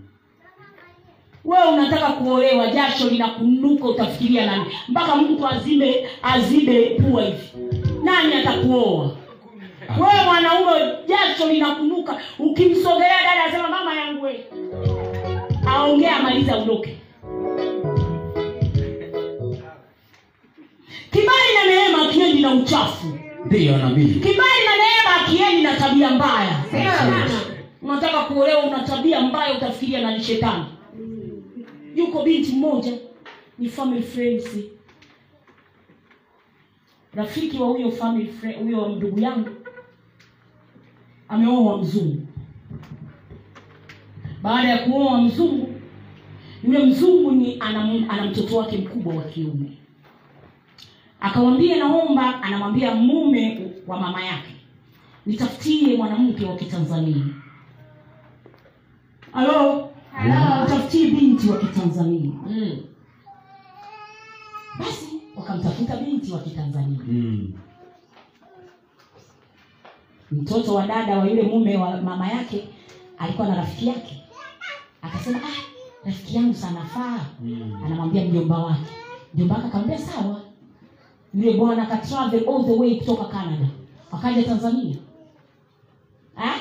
Speaker 1: wewe unataka kuolewa jasho linakunuka utafikiria nani mpaka mtu azime azibe pua hivi nani atakuoa wewe mwanaume jasho linakunuka ukimsogelea dada asema mama yangu we aongea amaliza udoke kibali na neema akiendi na uchafu
Speaker 2: ndiyo nabii
Speaker 1: kibali na neema akiendi na tabia mbaya unataka kuolewa una tabia mbaya utafikiria na ni shetani yuko binti mmoja ni family friends rafiki wa huyo family fri- huyo ndugu yangu ameoa mzungu baada ya kuoa mzungu yule mzungu ni ana, ana mtoto wake mkubwa wa kiume akawambia naomba anamwambia mume wa mama yake nitafutie mwanamke wa kitanzania halo tafutie binti wa kitanzania basi wakamtafuta binti wa kitanzania
Speaker 2: Mm.
Speaker 1: mtoto wa dada wa yule mume wa mama yake alikuwa na rafiki yake akasema ah, rafiki yangu sanafaa
Speaker 2: Mm.
Speaker 1: anamwambia mjomba wake mjomba wake akamwambia sawa yule bwana akatravel all the way kutoka canada akaja tanzania ah?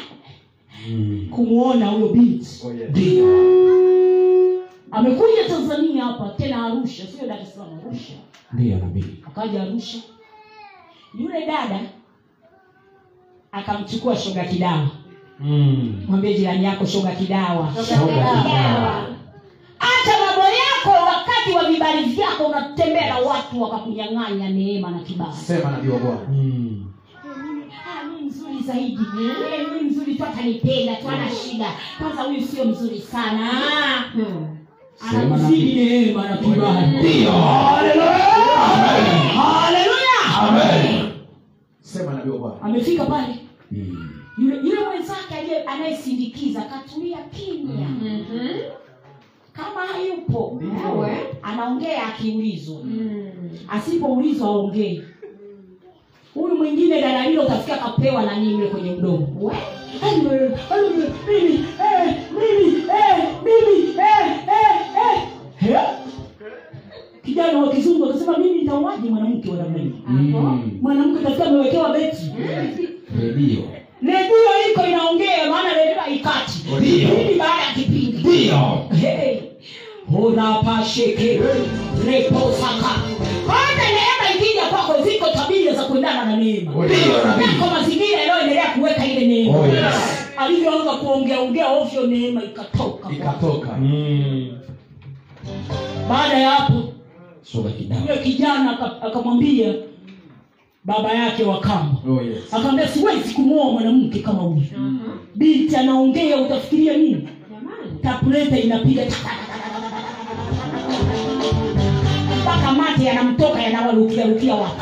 Speaker 2: Mm.
Speaker 1: kumwona huyo binti
Speaker 2: ndiyo
Speaker 1: amekuja tanzania hapa tena arusha sio dar es salaam arusha
Speaker 2: ndiyo nabii
Speaker 1: akaja arusha yule dada akamchukua shoga kidawa
Speaker 2: Mm.
Speaker 1: mwambie jirani yako shoga kidawa
Speaker 2: Shoga kidawa.
Speaker 1: hata mambo yako wakati wa vibali vyako unatembea na watu wakakunyang'anya neema na kibali
Speaker 5: sema nabii wa bwana
Speaker 2: Mm.
Speaker 4: Ah, mi mzuri zaidi Eh, mi mzuri tu atanipenda tu ana shida kwanza huyu sio mzuri sana Ah.
Speaker 2: Sema nabii.
Speaker 1: anamzidi neema na kibali haleluya
Speaker 5: sema nabii wa bwana
Speaker 1: amefika pale
Speaker 2: Mm.
Speaker 1: yule yule mwenzake aliye- anayesindikiza katulia kimya kama hayupo anaongea akiulizwa asipoulizwa aongee huyu mwingine daralilo utafikia kapewa na nini kwenye mdomo We, eh, eh, mimi, eh, mimi, eh, mimi, eh, eh, eh. He? kijana wa kizungu akasema mimi nitauaji mwanamke wa namna hii
Speaker 2: Mm.
Speaker 1: mwanamke utafikia amewekewa beti
Speaker 2: redio
Speaker 1: redio iko inaongea maana redio haikati
Speaker 2: Ndio.
Speaker 1: kipindi baada ya kipindi
Speaker 2: ndiyo
Speaker 1: Hey, unapasheke reposaka kwanza neema ikija kwako ziko tabia za kuendana na neema
Speaker 2: Ndiyo, nabii.
Speaker 1: yako mazingira yanayoendelea kuweka ile neema
Speaker 2: Oh, yes.
Speaker 1: alivyoanza kuongeaongea ovyo neema ikatoka
Speaker 5: ikatoka
Speaker 2: Mm.
Speaker 1: baada ya hapo
Speaker 2: shoga kidawa
Speaker 1: yule kijana aka- akamwambia baba yake wa kamba
Speaker 5: oh yes
Speaker 1: akamwambia siwezi kumwoa mwanamke kama huyu binti anaongea utafikiria nini takuleta inapiga tak, tak, tak, tak, tak, tak, tak. mpaka mate yanamtoka yanawarukia rukia watu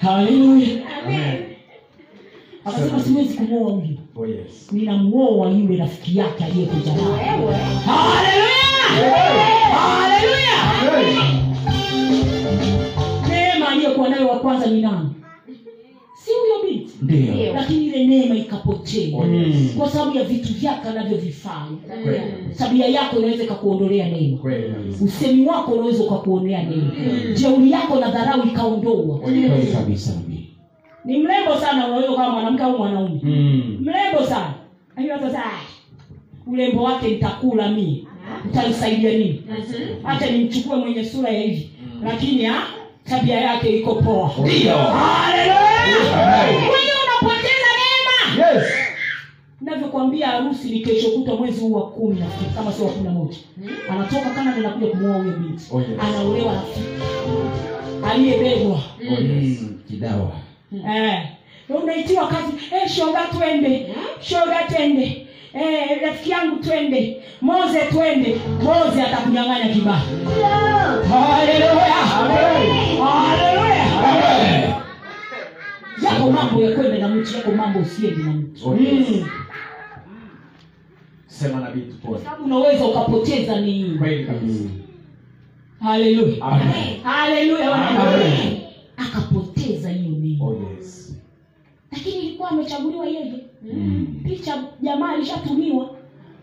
Speaker 1: haleluya akasema siwezi kumwoa huyu
Speaker 5: oh yes
Speaker 1: ninamuoa yule rafiki yake aliyekuja naye haleluya haleluya neema aliyekuwa nayo wa kwanza ni nani si huyo binti
Speaker 2: ndiyo
Speaker 1: lakini ile neema ikapotea
Speaker 5: Oh, yes.
Speaker 1: kwa sababu ya vitu vyake anavyovifanya
Speaker 5: kweli
Speaker 1: tabia yako inaweza ikakuondolea neema
Speaker 5: kweli kabisa
Speaker 1: usemi wako unaweza ukakuonea neema jeuri yako na dharau ikaondoa
Speaker 2: kweli kabisa nabii
Speaker 1: ni mrembo sana unaweza kama mwanamke au mwanaume
Speaker 2: Mm.
Speaker 1: mrembo sana lakini watu wanasema, "Ah, urembo wake nitakula mie utanisaidia nini
Speaker 5: Mhm.
Speaker 1: hata nimchukue mwenye sura ya hivi
Speaker 5: Mm.
Speaker 1: lakini ah, tabia yake iko poa
Speaker 2: Oh, ndiyo
Speaker 1: Haleluya! kwa hiyo unapoteza neema
Speaker 5: yes
Speaker 1: navyokwambia harusi ni kesho kutwa mwezi huu wa kumi nafikiri kama sio wa kumi na moja anatoka kanada nakuja kumwoa huyo binti
Speaker 5: Mm. Oh, yes.
Speaker 1: anaolewa rafiki aliyebebwa
Speaker 2: Mm. kidawa
Speaker 1: Eh, unaitiwa kazi eh, shoga twende
Speaker 2: Hmm?
Speaker 1: shoga twende eh, rafiki yangu twende moze twende moze atakunyang'anya kibaa haleluya haleluya yako mambo ya kwenda na mtu yako mambo usiende na mtu
Speaker 5: Oh, yes.
Speaker 1: Mm.
Speaker 5: sema nabii tupone
Speaker 1: unaweza ukapoteza ni
Speaker 5: kweli kabisa
Speaker 2: Mm.
Speaker 1: haleluya
Speaker 2: Amen.
Speaker 1: haleluya wanadamu
Speaker 2: Amen.
Speaker 1: akapoteza hiyo mimba
Speaker 5: Oh yes.
Speaker 1: lakini ilikuwa amechaguliwa yeye
Speaker 2: Mm.
Speaker 1: picha jamaa alishatumiwa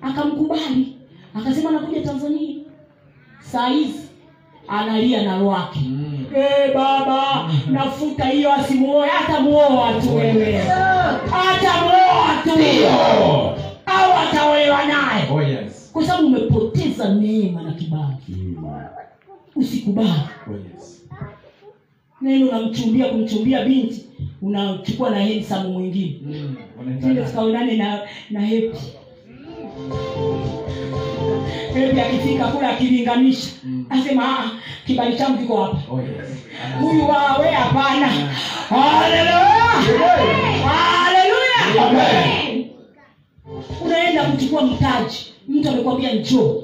Speaker 1: akamkubali akasema nakuja tanzania saa hizi analia na lwake
Speaker 5: Mm.
Speaker 1: Eh, baba nafuta hiyo asimuoe hata muoa tu wewe hata muoa tu
Speaker 2: Ndio.
Speaker 1: au ataolewa naye
Speaker 5: Oh yes.
Speaker 1: kwa sababu umepoteza neema na kibali
Speaker 2: Mm.
Speaker 1: usikubali
Speaker 5: Oh yes.
Speaker 1: neno unamchumbia kumchumbia binti unachukua na hensamu mwingine
Speaker 5: Mm.
Speaker 1: Sio
Speaker 5: Wanaendana.
Speaker 1: tukaonane na na hepi hepi akifika kule akilinganisha asema "Ah, kibali changu kiko hapa
Speaker 5: Oh yes.
Speaker 1: huyu wawe hapana haleluya haleluya unaenda kuchukua mtaji mtu amekwambia njoo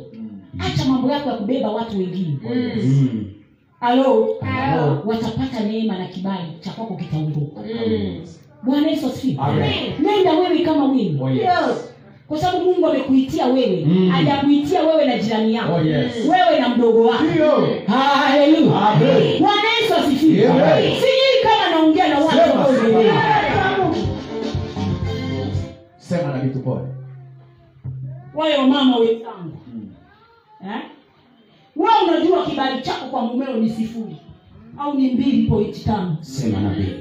Speaker 1: hacha mambo yako ya kubeba watu wengine
Speaker 2: Mm.
Speaker 1: alo
Speaker 2: Alo.
Speaker 1: watapata neema na kibali cha kwako kitaondoka
Speaker 2: Mm.
Speaker 1: bwana yesu asifiwe
Speaker 2: Amen.
Speaker 1: nenda wewe kama mwini
Speaker 5: Oh yes.
Speaker 1: kwa sababu mungu amekuitia wewe
Speaker 2: Mm.
Speaker 1: hajakuitia wewe na jirani yako
Speaker 5: Oh yes.
Speaker 1: wewe na mdogo wako
Speaker 5: Ndio.
Speaker 1: haleluya
Speaker 5: Amen.
Speaker 1: bwana yesu asifiwe
Speaker 5: Amen.
Speaker 1: sijui kama naongea na watu
Speaker 5: Sema,
Speaker 1: ambao
Speaker 5: sema.
Speaker 1: ni-
Speaker 5: Sema na vitu pole.
Speaker 1: wayo mama wenzangu
Speaker 5: Mm.
Speaker 1: eh? wewe unajua kibali chako kwa mumeo ni sifuri au ni mbili point tano
Speaker 2: Sema nabii.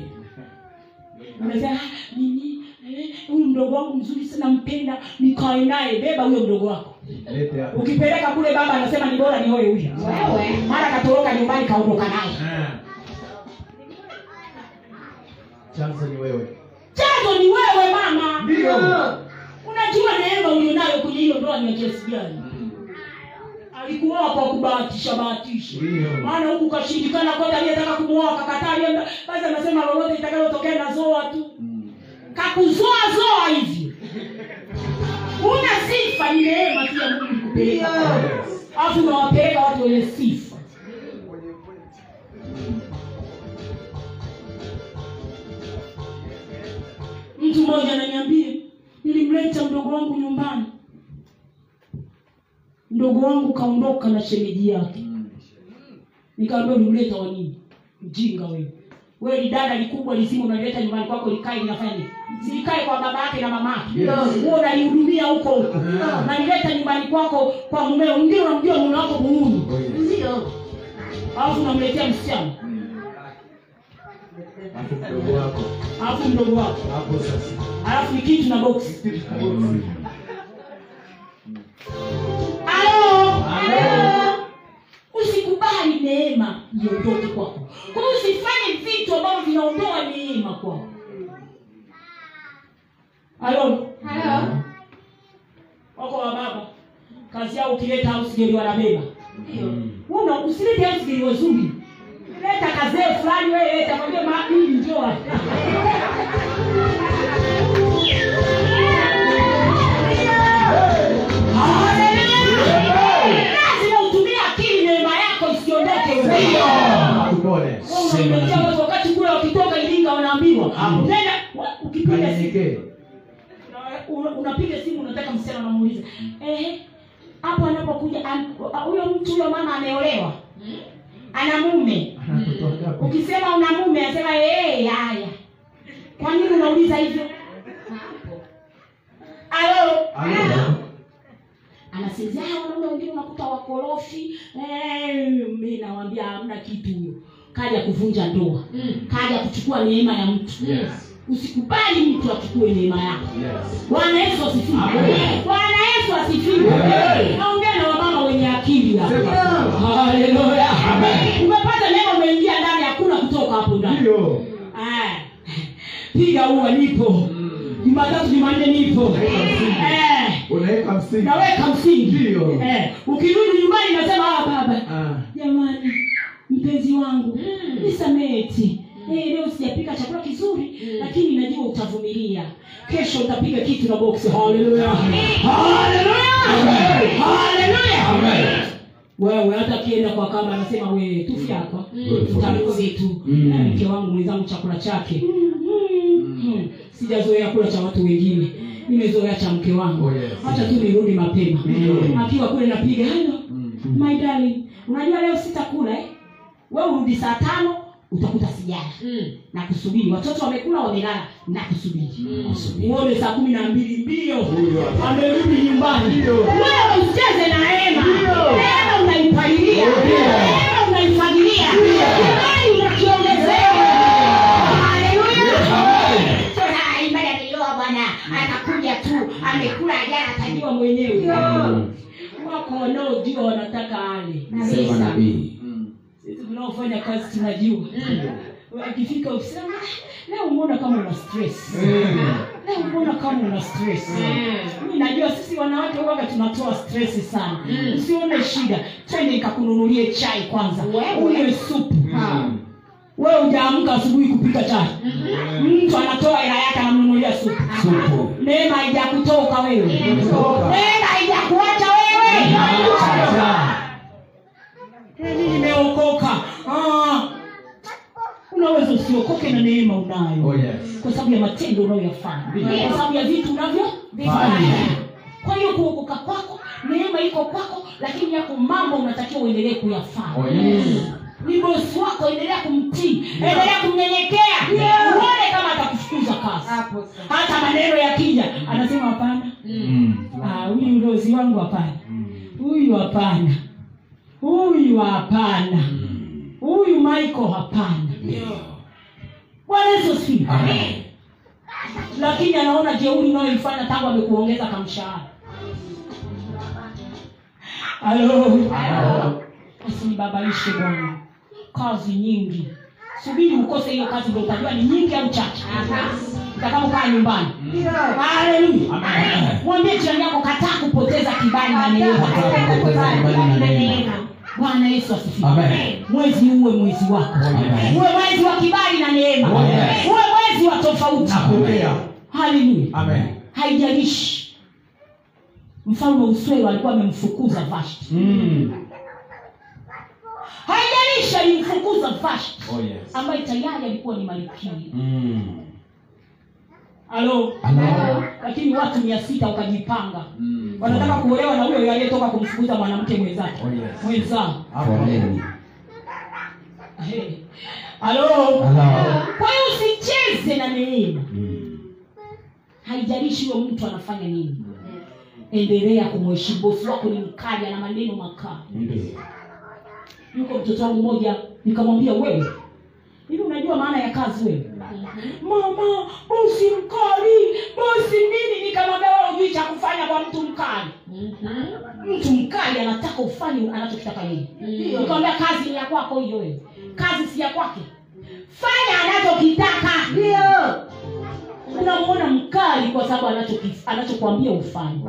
Speaker 1: unasema "Ah, nini eh, huyu mdogo wangu mzuri sana mpenda nikae naye beba huyo mdogo wako
Speaker 5: Lete hapa.
Speaker 1: ukipeleka kule baba anasema ni bora nioe huyu mara katoroka nyumbani kaondoka naye
Speaker 5: Ah. Chanzo ni wewe.
Speaker 1: chanzo ni wewe mama
Speaker 5: Ndio.
Speaker 1: unajua neema ulionayo kwenye hiyo ndoa ni ya kiasi gani
Speaker 5: Mm.
Speaker 1: alikuoa kwa kubahatisha bahatisha
Speaker 5: Ndio.
Speaker 1: maana huku kashindikana kote aliyetaka kumwoa kakataa alienda basi anasema lolote itakalotokea nazoa tu
Speaker 5: Mm.
Speaker 1: kakuzoa zoa hivi una sifa ni neema tu ya mungu kupeleka alafu unawapeleka watu wenye sifa mtu mmoja ananiambia nilimleta mdogo wangu nyumbani mdogo wangu kaondoka na shemeji yake nikaambia ulimleta wa nini mjinga wewe wewe ni dada likubwa lizima unalileta nyumbani kwako likae linafanya nini silikae kwa baba yake na mama yake wewe unalihudumia huko huko
Speaker 5: Ah.
Speaker 1: nalileta nyumbani kwako kwa mumeo mwingine unamjua mume wako muuni
Speaker 5: Oh yes.
Speaker 1: alafu unamletea msichana
Speaker 5: Hapo mdogo wako.
Speaker 1: alafu mdogo wako
Speaker 5: Hapo sasa.
Speaker 1: alafu ni kitu na boksi
Speaker 2: Mm.
Speaker 1: Halo? usikubali neema iondoke kwako kwa hiyo usifanye vitu ambavyo vinaondoa neema kwako halo wako wa baba kazi yao ukileta ausgeli wanabeba una usilete ausgeli wazuri leta kazee fulani wewe leta mwambie maadili njoa Haleluya! lazima utumie akili neema yako isiondoke
Speaker 2: Ah,
Speaker 5: Tupone.
Speaker 1: unamletea watu wakati kule wakitoka ilinga wanaambiwa
Speaker 5: Mm.
Speaker 1: nenda wa- ukipiga simu
Speaker 5: Kanyenyekee.
Speaker 1: una- unapiga simu unataka msichana unamuuliza ehe hapo anapokuja an- huyo mtu huyo mama ameolewa ana mume
Speaker 5: Ana watoto wangapi?
Speaker 1: ukisema una mume anasema ee haya kwa nini unauliza hivyo alo
Speaker 5: Halo.
Speaker 1: anasinzia "Ah, wanaume wengine unakuta wakorofi Eh, mi nawambia hamna kitu huyo kaja kuvunja ndoa kaja kuchukua neema ya mtu
Speaker 5: Yes.
Speaker 1: usikubali mtu achukue neema yako
Speaker 5: Yes.
Speaker 1: bwana yesu asifiwe
Speaker 5: Amen.
Speaker 1: bwana yesu asifiwe
Speaker 5: Amen.
Speaker 1: naongea na wamama wenye akili hapa.
Speaker 5: Sema, sema.
Speaker 1: Haleluya. umepata neno umeingia ndani hakuna kutoka hapo ndani Eh.
Speaker 5: Ndio.
Speaker 1: Aya. piga uwa nipo
Speaker 5: Mm.
Speaker 1: jumatatu jumanne nipo Eh,
Speaker 5: Unaweka msingi.
Speaker 1: naweka msingi
Speaker 5: Ndio.
Speaker 1: Eh, ukirudi nyumbani nasema "Ah, baba
Speaker 5: Ah.
Speaker 1: jamani mpenzi wangu nisameti Eh, leo sijapika chakula kizuri lakini najua utavumilia kesho utapika kitu na boksi haleluya haleluya haleluya wewe hata akienda kwa kama anasema wewe tufyakwa tutarudi tu
Speaker 2: Mm.
Speaker 1: Na mke wangu mwenzangu chakula chake Mm. sijazoea kula cha watu wengine nimezoea cha mke wangu
Speaker 5: Oh, yes.
Speaker 1: hata tu nirudi mapema
Speaker 2: Mm.
Speaker 1: akiwa kule napiga halo my darling
Speaker 6: unajua leo sitakula eh? we urudi saa tano utakuta sijala
Speaker 1: Mm.
Speaker 6: na kusubiri watoto wamekula wamelala na kusubiri
Speaker 2: Kusubiri.
Speaker 6: uone saa kumi na mbili mbio
Speaker 2: Ndio.
Speaker 6: amerudi nyumbani
Speaker 2: Ndio.
Speaker 6: wewe usicheze na neema
Speaker 2: Ndio.
Speaker 6: neema unaipalilia
Speaker 2: Ndio.
Speaker 6: neema unaifagilia imani unakiongezea haleluya Tuna imani ameloa bwana anakuja tu amekula jana atajua mwenyewe
Speaker 1: wakoonao jua wanataka ale
Speaker 2: Sema nabii.
Speaker 1: sisi tunaofanya kazi tunajua akifika usema leo umeona kama una stress leo umeona kama una stress mi najua sisi wanawake waga tunatoa stress sana usione shida twende nikakununulie chai kwanza unywe supu wewe ujaamka asubuhi kupika chai mtu anatoa hela yake anamnunulia supu
Speaker 2: Supu.
Speaker 1: neema haijakutoka wewe neema haijakuacha wewe
Speaker 5: Acha.
Speaker 1: mimi nimeokoka Ah. unaweza usiokoke na neema
Speaker 5: Oh,
Speaker 1: unayo
Speaker 5: yes.
Speaker 1: kwa sababu ya matendo unayoyafanya kwa sababu ya vitu unavyo
Speaker 5: Fanya.
Speaker 1: kwa hiyo kuokoka kwako neema iko kwako lakini yako mambo unatakiwa uendelee kuyafanya
Speaker 5: Oh, yes.
Speaker 1: ni bosi wako endelea kumtii endelea kumnyenyekea uone kama atakufukuza kazi
Speaker 3: hapo sasa
Speaker 1: hata maneno yakija anasema hapana
Speaker 2: Mm.
Speaker 1: Ah, huyu ulozi wangu hapana huyu hapana huyu hapana huyu maiko hapana bwana yesu asifiwe.
Speaker 2: Amen.
Speaker 1: lakini anaona jeuri unayoifanya tangu amekuongeza kamshahara halo usinibabaishe bwana kazi nyingi subiri ukose hiyo kazi ndo utajua ni nyingi au chache utakapokaa nyumbani
Speaker 3: Mm.
Speaker 1: haleluya
Speaker 2: Amen.
Speaker 1: mwambie jirani yako kataa kupoteza kibali na neema
Speaker 2: Kataa kupoteza kibali na neema.
Speaker 1: bwana yesu asifiwe
Speaker 2: Amen.
Speaker 1: mwezi uwe mwezi wako
Speaker 2: Amen.
Speaker 1: uwe mwezi wa kibali na neema
Speaker 2: Yes.
Speaker 1: uwe mwezi wa tofauti
Speaker 5: Pokea.
Speaker 1: haleluya
Speaker 5: Amen.
Speaker 1: haijalishi mfalme uswelo alikuwa amemfukuza vashti
Speaker 2: Mm.
Speaker 1: haijalishi alimfukuza vashti
Speaker 2: Oh, yes.
Speaker 1: ambaye tayari alikuwa ni malikia
Speaker 2: Mm.
Speaker 1: alo
Speaker 2: Hello.
Speaker 1: lakini watu mia sita wakajipanga
Speaker 5: Mm.
Speaker 1: wanataka kuolewa na huyo aliyetoka kumfukuza mwanamke mwenzake
Speaker 5: Oh, yes.
Speaker 1: mwenzao
Speaker 2: Poleni.
Speaker 1: Hey. halo
Speaker 2: Hello.
Speaker 1: kwa hiyo usicheze na neema
Speaker 2: Mm.
Speaker 1: haijalishi huyo mtu anafanya nini endelea kumheshimu bosi wako ni mkali ana maneno makali
Speaker 2: Ndio.
Speaker 1: yuko mtoto wangu mmoja nikamwambia wewe hivi unajua maana ya kazi wewe mama bosi mkali bosi nini nikamwambia wewe ujui cha kufanya kwa mtu mkali mtu mkali anataka ufanye anachokitaka yeye nikamwambia kazi ni ya kwako hiyo wewe kazi si ya kwake fanya anachokitaka
Speaker 3: ndio
Speaker 1: unamwona mkali kwa sababu anachoki- anachokuambia ufanye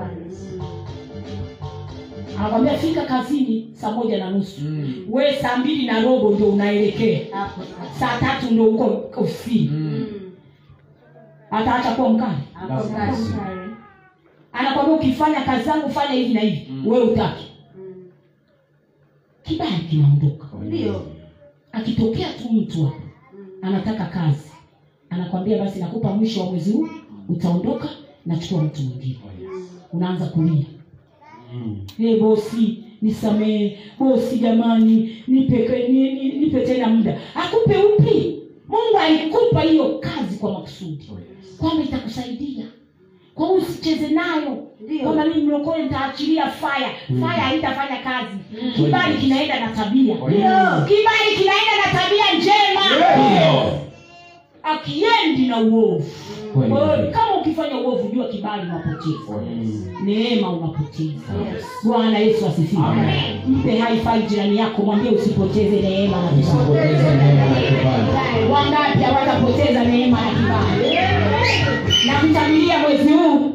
Speaker 1: anakwambia fika kazini saa moja na nusu
Speaker 5: Mm.
Speaker 1: we saa mbili na robo ndio unaelekea
Speaker 3: hapo sasa
Speaker 1: saa tatu ndio uko ofisini
Speaker 5: Mm.
Speaker 1: ataacha kuwa mkali
Speaker 3: hapo sasa
Speaker 1: anakwambia ukifanya kazi zangu fanya hivi na hivi
Speaker 5: Mm.
Speaker 1: we utaki
Speaker 3: Mm.
Speaker 1: kibali kinaondoka
Speaker 3: ndio
Speaker 1: akitokea tu mtu hapa
Speaker 3: Mm.
Speaker 1: anataka kazi anakwambia basi nakupa mwisho wa mwezi huu utaondoka nachukua mtu mwingine unaanza kulia
Speaker 2: Mm.
Speaker 1: hey, bosi nisamehe bosi jamani nipe, ke- ni, ni, nipe tena muda akupe upi mungu alikupa hiyo kazi kwa makusudi kwamba itakusaidia kwa hiyo usicheze nayo
Speaker 3: ndio
Speaker 1: kwamba mimi mlokole nitaachilia faya faya haitafanya kazi kibali
Speaker 2: Yes.
Speaker 1: kinaenda na tabia
Speaker 2: Ndio.
Speaker 1: kibali kinaenda na tabia njema
Speaker 2: Ndio.
Speaker 1: akiendi na uovu
Speaker 2: Kweli.
Speaker 1: Kwa hiyo kama ukifanya uovu jua kibali unapoteza
Speaker 2: Mm.
Speaker 1: neema unapoteza
Speaker 3: Yes.
Speaker 1: bwana yesu asifiwe
Speaker 2: Amen.
Speaker 1: mpe haifai jirani yako mwambie usipoteze neema na kibali
Speaker 2: Usipoteze neema na kibali.
Speaker 1: wangapi hawatapoteza neema na kibali na kutamilia mwezi huu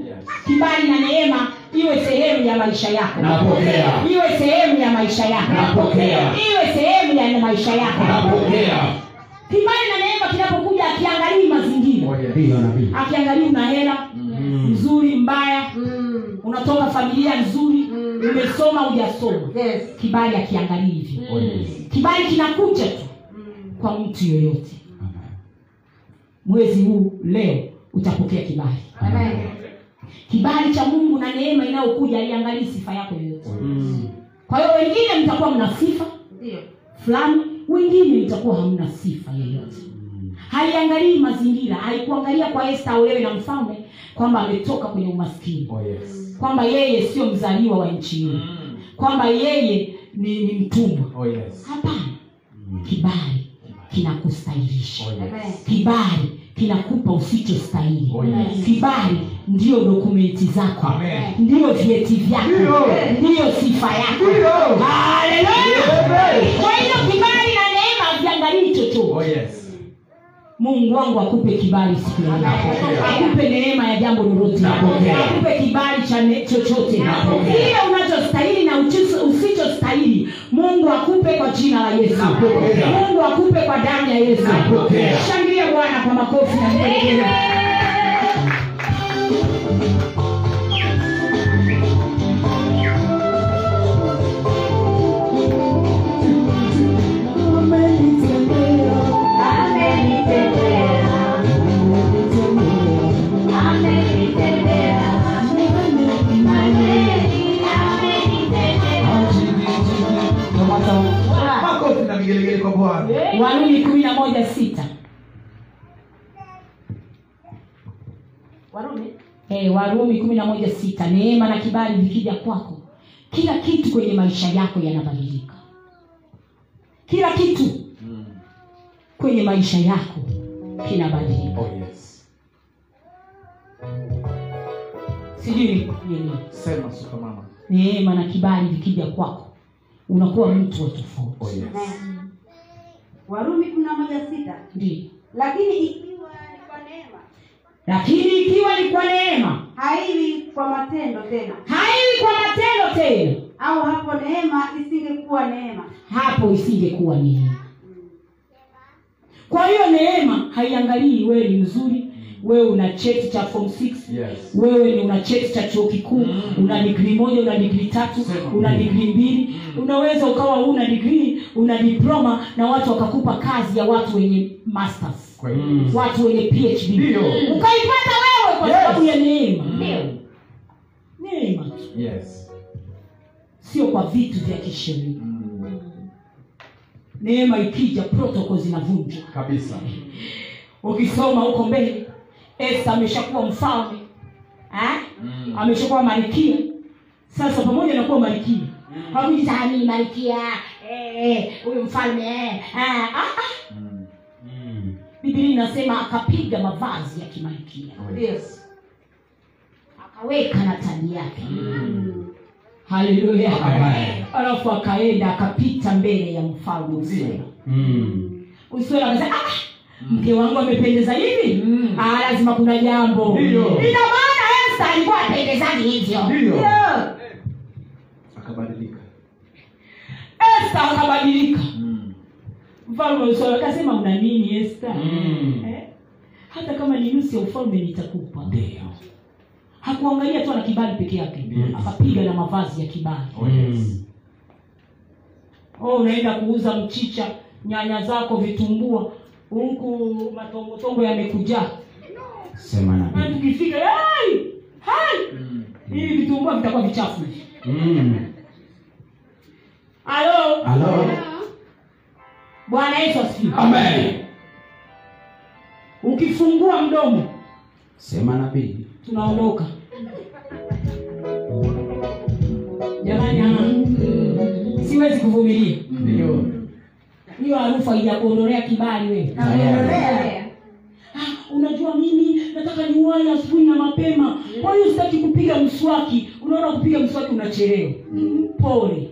Speaker 1: kibali na neema iwe sehemu ya maisha yako
Speaker 2: Napokea.
Speaker 1: iwe sehemu ya maisha yako
Speaker 2: Napokea.
Speaker 1: iwe sehemu ya maisha yako
Speaker 2: Napokea.
Speaker 1: kibali na neema kinapokuja akiangalii mazingira
Speaker 5: Mm.
Speaker 2: Ndio nabii.
Speaker 1: akiangalii una hela
Speaker 2: Mm.
Speaker 1: mzuri mbaya
Speaker 3: Mm.
Speaker 1: unatoka familia nzuri
Speaker 3: Mm.
Speaker 1: umesoma hujasoma
Speaker 3: yes
Speaker 1: kibali akiangalii hivyo
Speaker 2: Oh, yes.
Speaker 1: kibali kinakuja tu
Speaker 3: Mm.
Speaker 1: kwa mtu yoyote mwezi huu leo utapokea kibali
Speaker 3: amen
Speaker 1: kibali cha mungu na neema inayokuja aliangalii sifa yako yoyote
Speaker 2: Mm.
Speaker 1: kwa hiyo wengine mtakuwa mna sifa
Speaker 3: ndio
Speaker 1: fulani wengine mtakuwa hamna sifa yoyote haiangalii mazingira haikuangalia kwa esta wewe na mfalme kwamba ametoka kwenye umaskini
Speaker 2: Oh, yes.
Speaker 1: kwamba yeye sio mzaliwa wa nchi hii kwamba yeye ni, ni mtumwa
Speaker 2: Oh, yes.
Speaker 1: hapana kibali kinakustahilisha
Speaker 2: Oh, yes.
Speaker 3: Amen.
Speaker 1: kibali kinakupa usichostahili
Speaker 2: Oh, yes.
Speaker 1: kibali ndiyo dokumenti zako
Speaker 2: Amen.
Speaker 1: ndiyo Eh, vyeti vyako ndiyo sifa yako haleluya kwa hiyo kibali na neema haviangalii chochote
Speaker 2: Oh, yes.
Speaker 1: mungu wangu akupe kibali siku ya leo
Speaker 2: Napokea.
Speaker 1: akupe neema ya jambo lolote
Speaker 2: Napokea.
Speaker 1: akupe kibali cha ne- chochote
Speaker 2: Napokea.
Speaker 1: kile unachostahili na uchis- usichostahili mungu akupe kwa jina la yesu
Speaker 2: Napokea.
Speaker 1: mungu akupe kwa damu ya yesu
Speaker 2: Napokea.
Speaker 1: shangilie bwana kwa makofi na vigelegele.
Speaker 5: Makofi na vigelegele kwa Bwana.
Speaker 1: warumi kumi na moja sita
Speaker 3: warumi
Speaker 1: Eh, warumi kumi na moja sita neema na kibali vikija kwako kila kitu kwenye maisha yako yanabadilika kila kitu
Speaker 2: Mm.
Speaker 1: kwenye maisha yako kinabadilika
Speaker 2: Oh, yes.
Speaker 1: sijui ni nini
Speaker 5: Sema super mama.
Speaker 1: neema na kibali vikija kwako unakuwa mtu wa tofauti
Speaker 2: Oh, yes.
Speaker 3: Amen. warumi kumi na moja sita
Speaker 1: ndio
Speaker 3: lakini ikiwa ni kwa neema
Speaker 1: lakini ikiwa ni kwa neema
Speaker 3: haiwi kwa matendo tena
Speaker 1: haiwi kwa matendo tena
Speaker 3: au hapo neema isingekuwa neema
Speaker 1: hapo isingekuwa neema kwa hiyo neema haiangalii wewe ni mzuri wewe una cheti cha form six
Speaker 2: Yes.
Speaker 1: wewe ni una cheti cha chuo kikuu una digrii moja una digrii tatu
Speaker 2: Sema. Mm.
Speaker 1: una digrii mbili unaweza ukawa una digrii una diploma na watu wakakupa kazi ya watu wenye masters
Speaker 5: Kwa hiyo
Speaker 2: Mm.
Speaker 1: watu wenye phd
Speaker 5: Ndio.
Speaker 1: ukaipata wewe kwa
Speaker 5: Yes.
Speaker 1: sababu ya neema
Speaker 2: Mm.
Speaker 1: neema tu
Speaker 2: Yes.
Speaker 1: sio kwa vitu vya kisheria
Speaker 2: Mm.
Speaker 1: neema ikija protocol zinavunjwa
Speaker 2: Kabisa.
Speaker 1: ukisoma huko mbele esta ameshakuwa mfalme eh?
Speaker 2: Mm.
Speaker 1: ameshakuwa malkia sasa pamoja na kuwa malkia
Speaker 2: Mm.
Speaker 1: hakujitani malkia eh, eh, huyu mfalme eh, ah, ah, ah.
Speaker 2: Mm. Mm.
Speaker 1: biblia inasema akapiga mavazi ya kimalkia
Speaker 2: Oh, yes.
Speaker 3: ndio
Speaker 1: akaweka na tani yake
Speaker 2: Mm.
Speaker 1: haleluya
Speaker 2: Amen.
Speaker 1: alafu akaenda akapita mbele ya mfalme uswela
Speaker 2: Mm.
Speaker 1: uswela akasema ah, mke wangu amependeza hivi ah, lazima kuna jambo
Speaker 2: Mm. Ndio.
Speaker 1: ina maana esta alikuwa apendezaji hivyo
Speaker 2: Ndio.
Speaker 5: akabadilika.
Speaker 1: esta akabadilika
Speaker 2: Mm.
Speaker 1: mfalme uswala akasema mna nini esta
Speaker 2: Mm.
Speaker 1: eh? hata kama ni nusu ya ufalme nitakupa
Speaker 2: Ndio.
Speaker 1: hakuangalia tu ana kibali peke yake
Speaker 2: Yes.
Speaker 1: akapiga na mavazi ya kibali
Speaker 2: Oh, yes.
Speaker 1: oh, unaenda kuuza mchicha nyanya zako vitumbua huku matongotongo yamekujaa
Speaker 2: Sema
Speaker 1: Na
Speaker 2: nabii.
Speaker 1: Yaani tukifika "Hai! hai
Speaker 2: Mm.
Speaker 1: hivi vitumbua vitakuwa vichafu
Speaker 2: Mm.
Speaker 1: alo
Speaker 2: Hello.
Speaker 1: bwana yesu asifiwe
Speaker 2: Amen.
Speaker 1: ukifungua mdomo
Speaker 2: Sema nabii.
Speaker 1: tunaondoka jamani ah, siwezi kuvumilia
Speaker 2: Ndio.
Speaker 1: hiyo harufu haijakuondolea kibali wewe ah, unajua mimi nataka niwai asubuhi na mapema kwa hiyo sitaki kupiga mswaki unaona kupiga mswaki unachelewa pole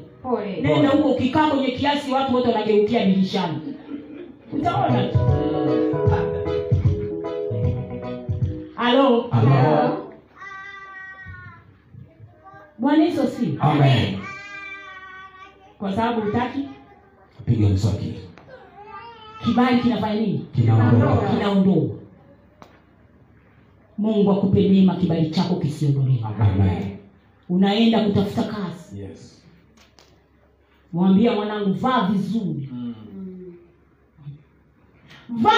Speaker 1: nenda huko ukikaa kwenye kiasi watu wote wanageukia dirishani utaona tu. halo
Speaker 2: Hello.
Speaker 1: bwana hizo si
Speaker 2: Amen.
Speaker 1: kwa sababu utaki
Speaker 2: Piga mswaki.
Speaker 1: kibali kinafanya nini
Speaker 2: Kinaondoka.
Speaker 1: kinaondoa mungu akupe neema kibali chako kisiondolewe
Speaker 2: Amen.
Speaker 1: unaenda kutafuta kazi
Speaker 2: Yes.
Speaker 1: mwambia mwanangu vaa vizuri vaa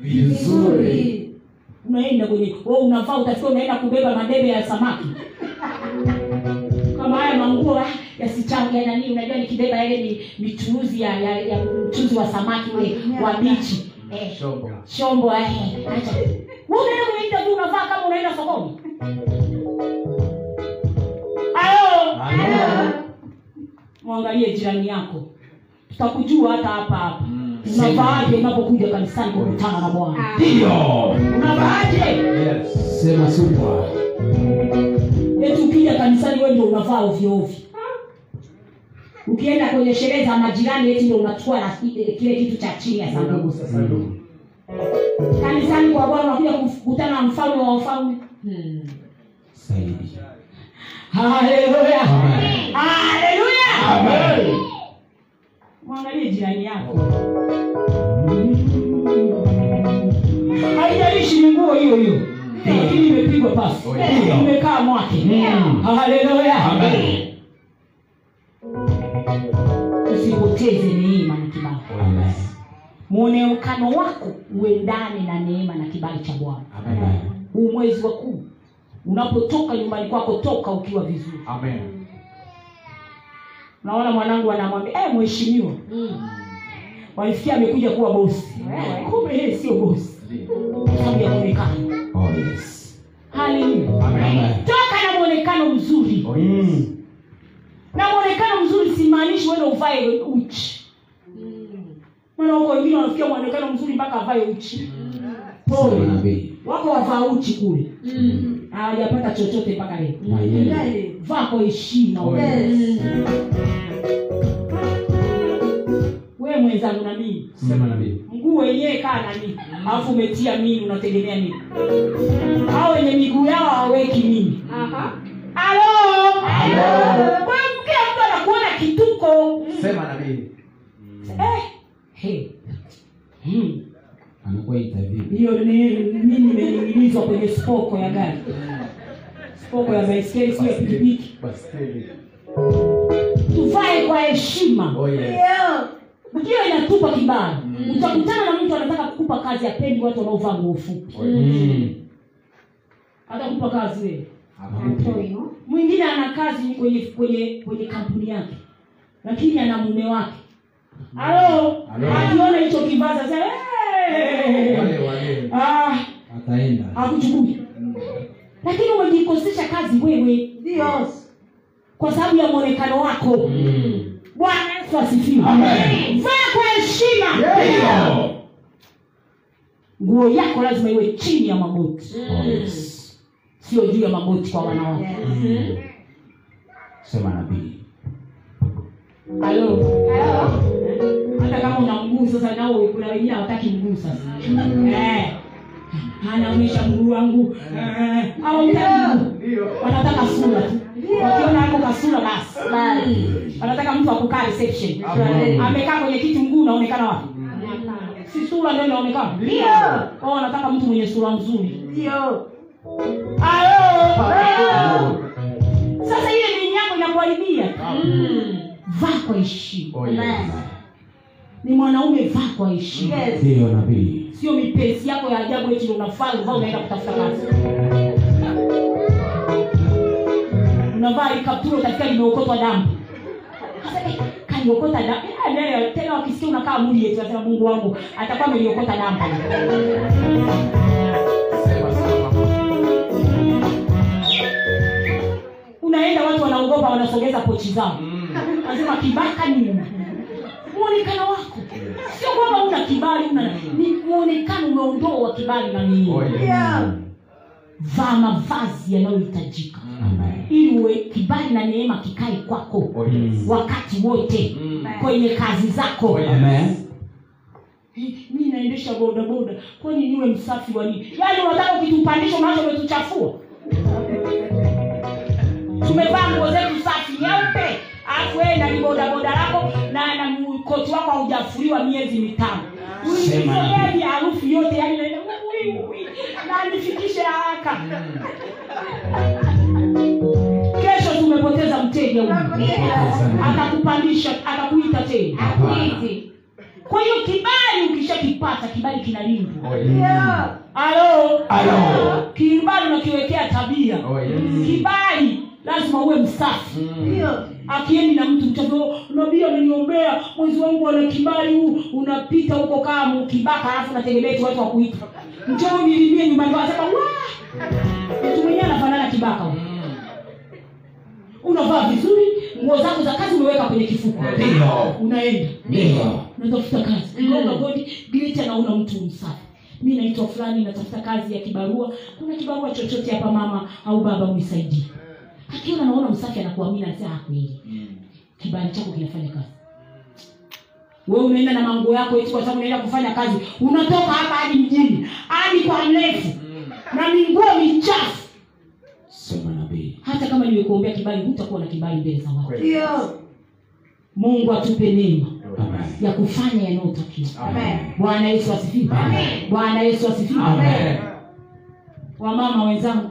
Speaker 2: Vizuri.
Speaker 1: unaenda kwenye oh, unavaa utasikia unaenda kubeba madebe ya samaki kama haya manguo ah, yasichange nani unajua nikibeba ile mi- michuuzi ya, ya, ya mchuzi wa samaki ule wa bichi eh,
Speaker 5: Shombo.
Speaker 1: shombo eh, acha. Wewe unaenda kwenye interview unavaa kama unaenda sokoni Alo. mwangalie jirani yako tutakujua hata hapa hapa
Speaker 5: Mm.
Speaker 1: unavaaje unapokuja kanisani kukutana na bwana
Speaker 2: Ndio.
Speaker 1: unavaaje
Speaker 5: Yes.
Speaker 2: Sema super.
Speaker 1: eti ukija kanisani wewe ndio unavaa ovyo ovyo ukienda kwenye sherehe za majirani eti ndio unachukua na kile kile kitu cha chini ya sanduku kanisani kwa bwana unakuja kukutana na mfalme wa wafalme hmm.
Speaker 2: Saidi.
Speaker 1: haleluya
Speaker 2: Amen.
Speaker 1: haleluya
Speaker 2: Amen.
Speaker 1: mwangalie jirani yako haijalishi ni nguo hiyo hiyo lakini imepigwa pasi
Speaker 2: Ndio.
Speaker 1: imekaa mwake
Speaker 2: Mm.
Speaker 1: haleluya
Speaker 2: Amen.
Speaker 1: usipoteze neema na kibali
Speaker 2: Amen.
Speaker 1: mwonekano wako uendane na neema na kibali cha bwana
Speaker 2: Amen.
Speaker 1: huu mwezi wa kumi unapotoka nyumbani kwako toka ukiwa vizuri
Speaker 5: Amen.
Speaker 1: naona mwanangu anamwambia eh, mheshimiwa
Speaker 2: Mm.
Speaker 1: walisikia amekuja kuwa bosi kumbe yeye sio bosi kwa sababu ya mwonekano
Speaker 2: Oh yes.
Speaker 1: haleluya
Speaker 5: Amen.
Speaker 2: Amen.
Speaker 1: toka na mwonekano mzuri
Speaker 5: Oh yes.
Speaker 1: na mwonekano mzuri simaanishi wenda uvae uchi maana huko wengine wanafikia mwonekano mzuri mpaka avae uchi
Speaker 2: Sema
Speaker 1: pole
Speaker 2: nabii.
Speaker 1: wako wavaa uchi kule hawajapata chochote mpaka leo
Speaker 2: Na yeye.
Speaker 1: vaa kwa heshima we mwenzangu na mimi
Speaker 2: Sema nabii.
Speaker 1: mguu wenyewe kaa na mimi alafu umetia mimi unategemea nini hao wenye miguu yao hawaweki mimi alo Kwa hiyo kila mtu anakuona kituko
Speaker 5: Sema nabii.
Speaker 1: Eh, he. Hmm.
Speaker 2: Anakuwa interview.
Speaker 1: hiyo ni mimi nimening'inizwa kwenye spoko ya gari spoko ya baiskeli sio ya pikipiki
Speaker 5: Basteli.
Speaker 1: tuvae kwa heshima
Speaker 5: Oh yes.
Speaker 1: hiyo inatupa kibali utakutana na mtu anataka kukupa kazi apendi watu wanaovaa nguo fupi
Speaker 2: Mm.
Speaker 1: atakupa kazi wewe
Speaker 2: Anakupa.
Speaker 1: mwingine ana kazi kwenye kwenye kwenye kampuni yake lakini ana mume wake alo
Speaker 5: Alo.
Speaker 1: akiona hicho kibaza sema, "Hey!"
Speaker 5: Wale wale.
Speaker 1: Ah,
Speaker 2: Ataenda.
Speaker 1: hakuchukui lakini umejikosesha kazi wewe kwa sababu ya mwonekano wako
Speaker 2: Mm.
Speaker 1: bwana yesu asifiwe
Speaker 2: Amen.
Speaker 1: vaa kwa heshima
Speaker 2: Ndio.
Speaker 1: nguo yako lazima iwe chini ya magoti
Speaker 2: Oh yes.
Speaker 1: sio juu ya magoti kwa wanawake
Speaker 2: Sema nabii.
Speaker 1: halo hata kama una mguu sasa nao kuna wengine hawataki mguu sasa eh, anaonyesha mguu wangu eh, hawamtaki mguu.
Speaker 5: Ndio.
Speaker 1: wanataka sura tu wakiona ako kasura basi wanataka mtu akukaa reception
Speaker 5: Amen.
Speaker 1: amekaa kwenye kiti mguu unaonekana wapi si sura ndio inaonekana oh, wanataka mtu mwenye sura nzuri Alo! sasa ile dini yako inakuharibia vaa kwa heshima
Speaker 5: Hmm. Oh yes.
Speaker 1: ni mwanaume vaa kwa heshima
Speaker 2: Ndio nabii.
Speaker 1: sio mipenzi yako ya ajabu eti unafaa uvaa unaenda kutafuta kazi unavaa likaptura utafika limeokotwa damu Sasa, kaliokota damu Eh, leo, tena wakisikia unakaa muli yetu asema mungu wangu atakuwa ameliokota damu
Speaker 5: Sema sema.
Speaker 1: unaenda watu wanaogopa wanasogeza pochi zao
Speaker 5: Mm.
Speaker 1: anasema kibaka nini mwonekano wako sio kwamba una kibali una
Speaker 5: Mm.
Speaker 1: ni mwonekano umeondoa kibali na
Speaker 5: Oh
Speaker 1: nini
Speaker 5: yes.
Speaker 1: vaa mavazi
Speaker 5: Mm.
Speaker 1: yanayohitajika
Speaker 2: Amen.
Speaker 1: ili uwe kibali na neema kikae kwako
Speaker 5: Oh yes.
Speaker 1: wakati wote
Speaker 5: Mm.
Speaker 1: kwenye kazi zako
Speaker 5: Oh yes.
Speaker 2: Amen.
Speaker 1: Eh, mi naendesha bodaboda kwani niwe msafi wa nini yaani unataka ukitupandisha unacho umetuchafua tumevaa nguo zetu safi nyeupe alafu wee nani bodaboda lako na na mkoti wako haujafuriwa miezi mitano
Speaker 2: Sema na-
Speaker 1: uiogeni harufu yote yaani naenda, "Ui, ui, na nifikishe haraka kesho tumepoteza mteja huyu atakupandisha atakuita tena kwa hiyo kibali ukishakipata kibali kinalindwa
Speaker 5: Oh yes.
Speaker 1: alo
Speaker 2: Alo.
Speaker 1: kibali unakiwekea tabia
Speaker 5: Oh yes.
Speaker 1: kibali lazima uwe msafi
Speaker 5: Mm.
Speaker 1: akieni na mtu mtoto nabii ameniombea mwezi wangu ana kibali huu unapita huko kama ukibaka alafu nategemea tu watu wakuita mchoro nilimie nyumbani kwao sema wa mtu mwenyewe anafanana kibaka huyu unavaa vizuri nguo zako za kazi umeweka kwenye kifuko
Speaker 2: Ndio.
Speaker 1: unaenda
Speaker 2: Ndio.
Speaker 1: unatafuta kazi Unaomba God greater na una mtu msafi mi naitwa fulani natafuta kazi ya kibarua kuna kibarua chochote hapa mama au baba unisaidie akiona naona msafi anakuamini anasema "Ah, kweli kibali chako kinafanya kazi wewe unaenda na manguo yako eti kwa sababu unaenda kufanya kazi unatoka hapa hadi mjini hadi kwa mrefu na minguo michafu
Speaker 2: Sema nabii.
Speaker 1: hata kama nimekuombea kibali hutakuwa na kibali mbele za watu
Speaker 3: ndio
Speaker 1: mungu atupe neema
Speaker 2: Amen.
Speaker 1: ya kufanya yanayotakiwa
Speaker 3: Amen.
Speaker 1: bwana yesu asifiwe
Speaker 2: Amen.
Speaker 1: bwana yesu asifiwe
Speaker 2: Amen.
Speaker 1: wamama wenzangu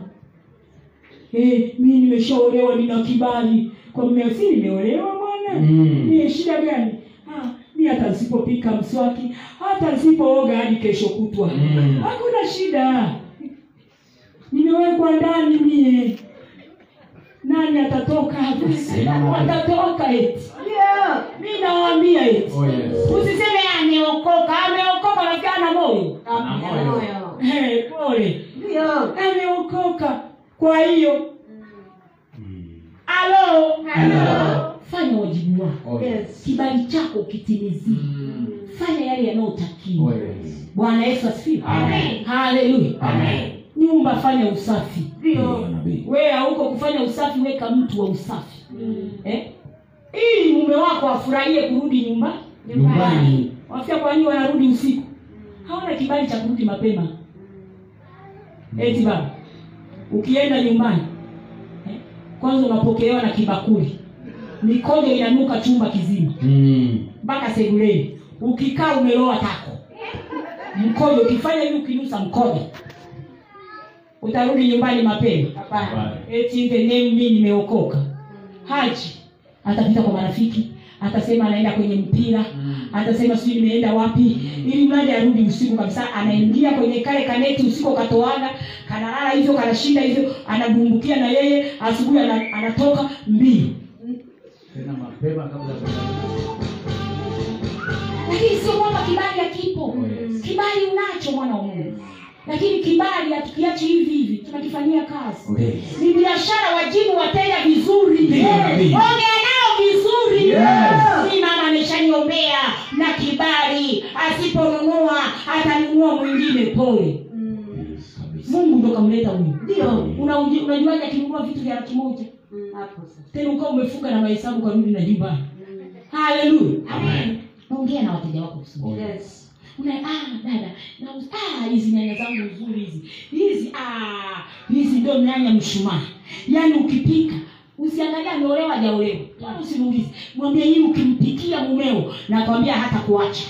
Speaker 1: eh, mi nimeshaolewa nina kibali kwa mume si nimeolewa bwana
Speaker 2: Mm.
Speaker 1: ni shida gani Ah, mi hata nisipopika mswaki hata nisipooga hadi kesho kutwa
Speaker 2: Mm.
Speaker 1: hakuna shida nimewekwa ndani mie nani atatoka watatoka eti
Speaker 3: ndio
Speaker 1: mi nawaambia eti
Speaker 7: Oh, yes.
Speaker 1: usiseme ameokoka ameokoka nafikana ana moyo
Speaker 3: Ana moyo.
Speaker 1: Eh, pole
Speaker 3: ndio
Speaker 1: ameokoka kwa hiyo alo
Speaker 2: Alo.
Speaker 1: fanya wajibu wako
Speaker 7: Oh, yes.
Speaker 1: kibali chako kitimizie
Speaker 7: Mm.
Speaker 1: fanya yale
Speaker 7: Oh,
Speaker 1: yanayotakiwa
Speaker 7: yes.
Speaker 1: bwana yesu asifiwe
Speaker 2: Amen.
Speaker 1: haleluya
Speaker 2: Amen.
Speaker 1: nyumba fanya usafi
Speaker 2: Ndio
Speaker 3: ndio
Speaker 2: nabii.
Speaker 1: wewe hauko kufanya usafi weka mtu wa usafi
Speaker 7: Mm.
Speaker 1: eh? ili mume wako afurahie kurudi nyumbani
Speaker 2: Nyumbani.
Speaker 1: wafia kwa nini wanarudi usiku hawana kibali cha kurudi mapema eti baba ukienda nyumbani eh, kwanza unapokelewa na kibakuli mikojo inanuka chumba kizima
Speaker 2: Mm.
Speaker 1: mpaka sebuleni ukikaa umeloa tako mkojo ukifanya hivi ukinusa mkojo utarudi nyumbani mapema
Speaker 3: hapana
Speaker 1: eti in the name mi nimeokoka haji atapita kwa marafiki atasema anaenda kwenye mpira
Speaker 7: Mm.
Speaker 1: atasema sijui nimeenda wapi ili mradi arudi usiku kabisa anaingia kwenye kale kaneti usiku katoaga kanalala hivyo kanashinda hivyo anadumbukia na yeye asubuhi ana, anatoka mbio
Speaker 7: Tena mapema kabla ya-
Speaker 1: lakini sio kwamba kibali hakipo
Speaker 7: Oh, Yes.
Speaker 1: kibali unacho mwana wa mungu lakini kibali hatukiachi hivi hivi tunakifanyia kazi
Speaker 2: Ndio.
Speaker 1: ni biashara wajibu wateja vizuri
Speaker 2: Ndiyo, nabii.
Speaker 1: ongea nao vizuri
Speaker 7: Yes.
Speaker 1: mi mama ameshaniombea na kibali asiponunua atanunua mwingine pole
Speaker 2: Yes, kabisa.
Speaker 1: mungu ndo kamleta huyu
Speaker 3: ndio
Speaker 1: Unaungi- unajuaje akinunua vitu vya laki moja
Speaker 3: Mm, hapo sasa Mm.
Speaker 1: tena ukawa umefuka na mahesabu karudi na nyumbani haleluya
Speaker 2: Amen.
Speaker 1: ongea na wateja wako vizuri
Speaker 3: yes
Speaker 1: una ah dada na ah hizi nyanya zangu nzuri hizi hizi ah hizi ndio nyanya mshumaa yaani ukipika usiangalia ameolewa hajaolewa wala usimuulize mwambie hii ukimpikia mumeo nakwambia hata kuacha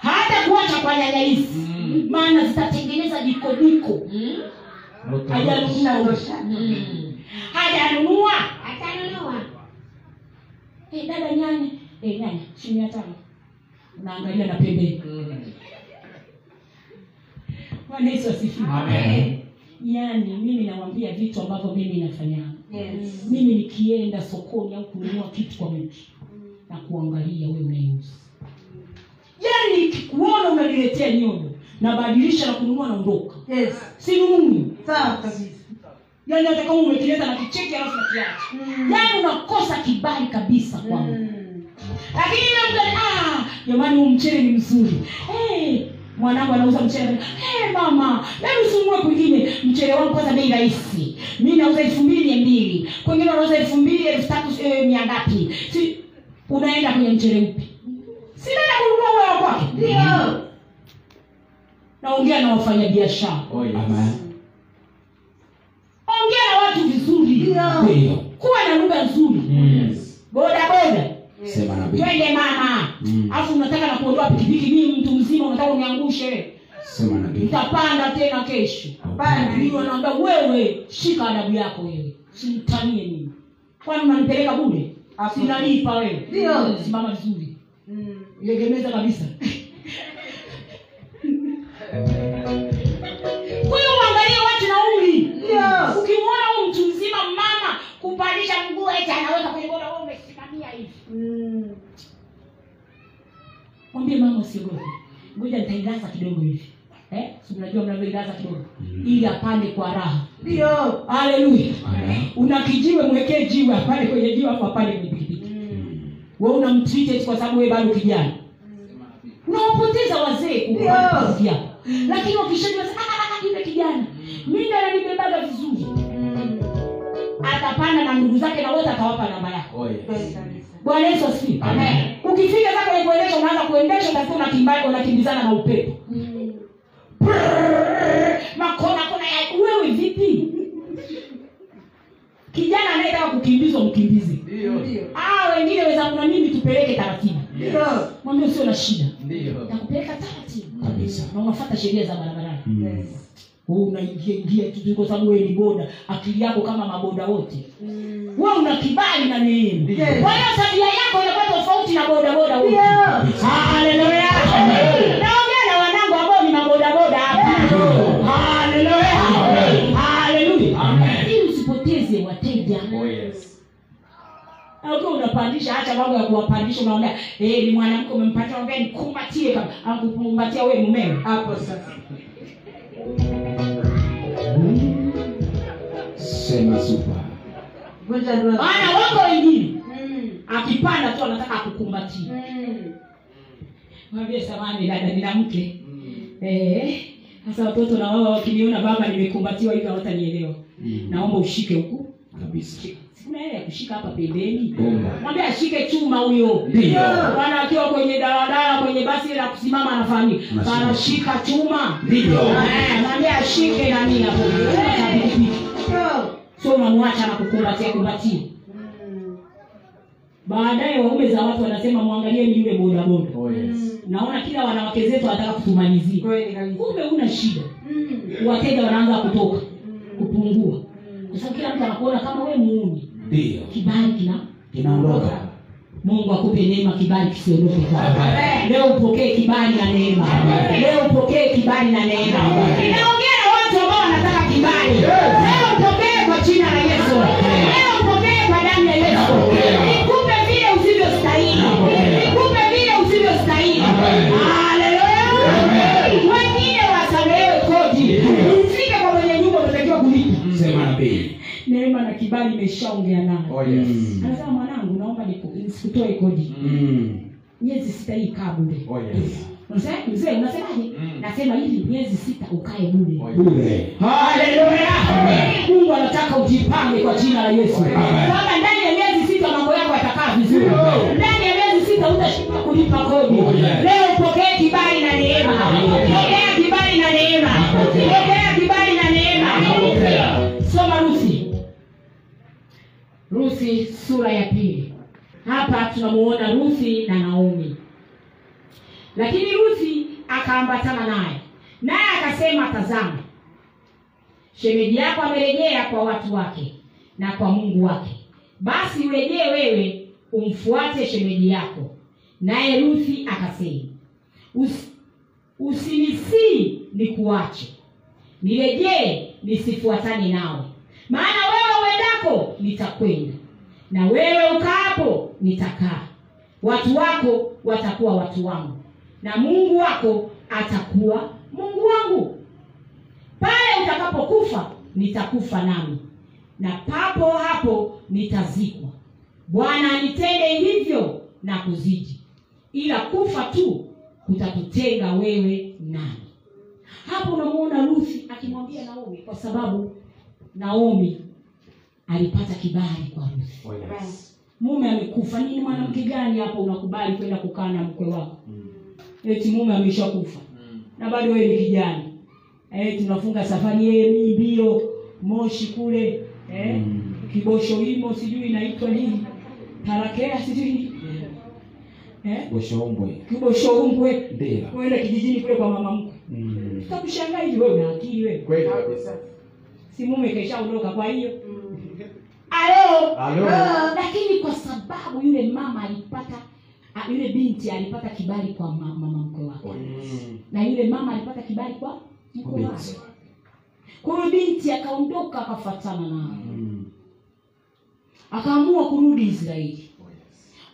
Speaker 1: hata kuacha kwa nyanya hizi
Speaker 7: Mm.
Speaker 1: maana zitatengeneza jikodiko
Speaker 7: Not alone.
Speaker 1: hajanunua
Speaker 7: Mm.
Speaker 1: hajanunua
Speaker 3: atanunua
Speaker 1: Eh, dada nyanya Eh, nyanya shilingi mia tano unaangalia na pembeni
Speaker 7: Mm.
Speaker 1: bwana yesu asifiwe
Speaker 2: Amen.
Speaker 1: yaani mimi nawambia vitu ambavyo mimi nafanya
Speaker 3: yes
Speaker 1: mimi nikienda sokoni au kununua kitu kwa mtu na kuangalia wewe unaiuza yaani nikikuona unaniletea nyodo nabadilisha na kununua naondoka
Speaker 3: yes
Speaker 1: sinunui
Speaker 3: sawa kabisa
Speaker 1: yaani hata kama umekileta na kicheki alafu nakiacha
Speaker 3: Mm.
Speaker 1: yaani unakosa kibali kabisa kwangu
Speaker 3: Mm.
Speaker 1: lakini yule mtu ali- ah jamani huu mchele ni mzuri hey, mwanangu anauza mchele hey, mama hebu sununue kwingine mchele wangu kwanza bei rahisi mi nauza elfu mbili mia mbili kwengine wanauza elfu mbili elfu tatu eh, mia ngapi si unaenda kwenye mchele upi sinaenda kununua ule wa kwake
Speaker 3: ndio
Speaker 1: naongea na wafanyabiashara
Speaker 7: Oh, yes.
Speaker 2: Amen.
Speaker 1: ongea na watu vizuri
Speaker 3: ndio
Speaker 2: Ndio.
Speaker 1: kuwa na lugha nzuri
Speaker 2: Mm.
Speaker 1: boda boda
Speaker 2: Sema nabii.
Speaker 1: twende mama
Speaker 2: Mm.
Speaker 1: alafu unataka na kuondoa pikipiki mimi mtu mzima unataka uniangushe
Speaker 2: Sema nabii.
Speaker 1: nitapanda tena kesho
Speaker 3: Bana.
Speaker 1: Ndio naomba wewe shika adabu yako wewe simtanie mimi kwani unanipeleka bure sinalipa wewe
Speaker 3: Ndio.
Speaker 1: simama vizuri
Speaker 3: Mm.
Speaker 1: legemeza kabisa kwa hiyo uangalie watu nauli
Speaker 3: ndio
Speaker 1: ukimwona huyu mtu mzima mama kupandisha mguu eti anaweka kwenye boda wewe mwambie mama usiogope ngoja nitailasa kidogo hivi eh? si mnajua mnavyoilasa kidogo
Speaker 2: Mm.
Speaker 1: ili apande kwa raha
Speaker 3: ndio
Speaker 1: haleluya
Speaker 2: Amen.
Speaker 1: una kijiwe mwekee jiwe apande kwenye jiwe afu apande kwenye pikipiki we unamtreat kwa sababu we bado kijana unawapoteza wazee kwa kazi yako lakini wakishajua sasa, "Ah, ah, ah, yule kijana mi ndo ananibebaga vizuri atapanda na ndugu zake na wote atawapa namba yako
Speaker 2: Oh, yes.
Speaker 3: kweli kabisa
Speaker 1: bwana yesu asifiwe
Speaker 2: Amen.
Speaker 1: ukifika saa kwenye kuendesha unaanza kuendesha utakuwa unakimba- unakimbizana na upepo Brrrr, makona kona ya wewe vipi kijana anayetaka kukimbizwa mkimbizi
Speaker 5: Ndio.
Speaker 1: ah wengine weza kuna mimi tupeleke taratibu
Speaker 3: ndio
Speaker 1: mwambie usio na shida
Speaker 5: Ndio.
Speaker 1: nakupeleka taratibu
Speaker 2: Kabisa.
Speaker 1: na unafata sheria za barabarani
Speaker 2: Mm.
Speaker 3: Yes.
Speaker 1: Wewe unaingia ingia tu kwa sababu wewe ni boda akili yako kama maboda wote wewe una kibali na neema
Speaker 3: Yes.
Speaker 1: kwa hiyo tabia yako inakuwa tofauti na bodaboda wote
Speaker 3: ndio
Speaker 1: haleluya naongea na wanangu ambao ni mabodaboda hapa haleluya haleluya ili usipoteze wateja
Speaker 2: Oh, yes.
Speaker 1: Na ukiwa unapandisha hata mambo ya kuwapandisha unaongea eh, ni mwanamke umempatia ongea nikumbatie kama ankukumbatia wewe mumewe
Speaker 3: hapo sasa
Speaker 2: Sema super.
Speaker 3: vunja ndoa
Speaker 1: maana wako wengine
Speaker 3: Mm.
Speaker 1: akipanda tu anataka akukumbatie
Speaker 3: Mm.
Speaker 1: mwambie samani dada nina mke Eh, sasa watoto na wao wakiniona baba nimekumbatiwa hivi hawatanielewa
Speaker 2: Mm.
Speaker 1: naomba ushike huku
Speaker 2: Kabisa.
Speaker 1: sikuna hela ya kushika hapa pembeni
Speaker 2: Bomba.
Speaker 1: mwambie ashike chuma huyo
Speaker 2: Ndio.
Speaker 1: bana akiwa kwenye daladala kwenye basi la kusimama anafahamika
Speaker 2: Anashika.
Speaker 1: anashika chuma
Speaker 2: Ndio.
Speaker 1: Eh, mwambie ashike nani hapo
Speaker 3: Ndio.
Speaker 1: so unamwacha na kukumbatia kumbatia
Speaker 3: Mm.
Speaker 1: baadaye waume za watu wanasema mwangalie ni yule bodaboda
Speaker 5: Oh, yes.
Speaker 1: naona kila wanawake zetu wanataka kutumalizia
Speaker 3: Kweli kabisa.
Speaker 1: kumbe una shida
Speaker 3: Mm.
Speaker 1: wateja wanaanza kutoka
Speaker 3: Mm.
Speaker 1: kupungua
Speaker 3: Mm.
Speaker 1: kwa sababu kila mtu anakuona kama we muuni
Speaker 2: Ndio.
Speaker 1: kibali kina
Speaker 2: Kinaondoka.
Speaker 1: mungu akupe neema kibali kisiondoke kwako
Speaker 3: Amen.
Speaker 1: leo upokee kibali na neema leo upokee kibali na neema naongea na watu ambao wanataka kibali leo upokee kwa jina la yesu leo upokee kwa damu ya yesu nikupe vile usivyostahili nikupe vile usivyostahili haleluya wengine wasamehewe kodi mfike kwa mwenye nyumba unatakiwa kulipa
Speaker 2: Sema nabii.
Speaker 1: neema na kibali imeshaongea nayo
Speaker 5: Oh, yes.
Speaker 2: Mm.
Speaker 1: anasema mwanangu naomba niku- nisikutoe kodi
Speaker 2: Mm.
Speaker 1: miezi sita hii kaa bure
Speaker 5: Hmm. Oh, yes.
Speaker 1: Unasema- mzee unasemaje
Speaker 5: Mm.
Speaker 1: nasema hivi miezi sita ukae bure
Speaker 5: Oh, yes.
Speaker 2: Bure.
Speaker 1: haleluya mungu anataka ujipange kwa jina la yesu kwamba ndani ya miezi sita mambo yako yatakaa vizuri ndani ya miezi sita utashinda kulipa kodi leo upokee kibali na neema pokea kibali na neema pokea kibali na neema soma rusi rusi sura ya pili hapa tunamuona rusi na naomi lakini rusi akaambatana naye naye akasema tazama shemeji yako amerejea kwa watu wake na kwa mungu wake basi urejee wewe umfuate shemeji yako naye ruthi akasema "Usi- usinisii nikuache nirejee nisifuatane nawe maana wewe uendako nitakwenda na wewe ukaapo nitakaa watu wako watakuwa watu wangu na mungu wako atakuwa mungu wangu pale utakapokufa nitakufa nami na papo hapo nitazikwa bwana nitende hivyo na kuzidi ila kufa tu kutakutenga wewe nami hapo unamuona ruthi akimwambia naomi kwa sababu naomi alipata kibali kwa ruthi
Speaker 2: Oh, yes.
Speaker 1: mume amekufa nini mwanamke gani hapo unakubali kwenda kukaa na mkwe wako eti mume ameshakufa na bado wewe ni kijana eh, tunafunga safari yemi mbio moshi kule eh, kibosho wimo sijui inaitwa nini tarakea sijui eh,
Speaker 2: Boshombwe.
Speaker 1: kibosho umbwe
Speaker 2: Ndio.
Speaker 1: kuenda kijijini kule kwa mama mkwe
Speaker 2: Mm.
Speaker 1: takushangaa hivi wewe una akili wewe
Speaker 5: Kweli kabisa.
Speaker 1: si mume keshaondoka kwa hiyo
Speaker 3: Mm.
Speaker 1: alo
Speaker 5: Halo.
Speaker 1: Eh, lakini kwa sababu yule mama alipata a- yule binti alipata kibali kwa ma- mama mkwe wake
Speaker 2: Mm.
Speaker 1: na yule mama alipata kibali kwa mkwe wake
Speaker 2: Binti.
Speaker 1: kwa hiyo binti akaondoka akafatana naye
Speaker 2: Mm.
Speaker 1: akaamua kurudi israeli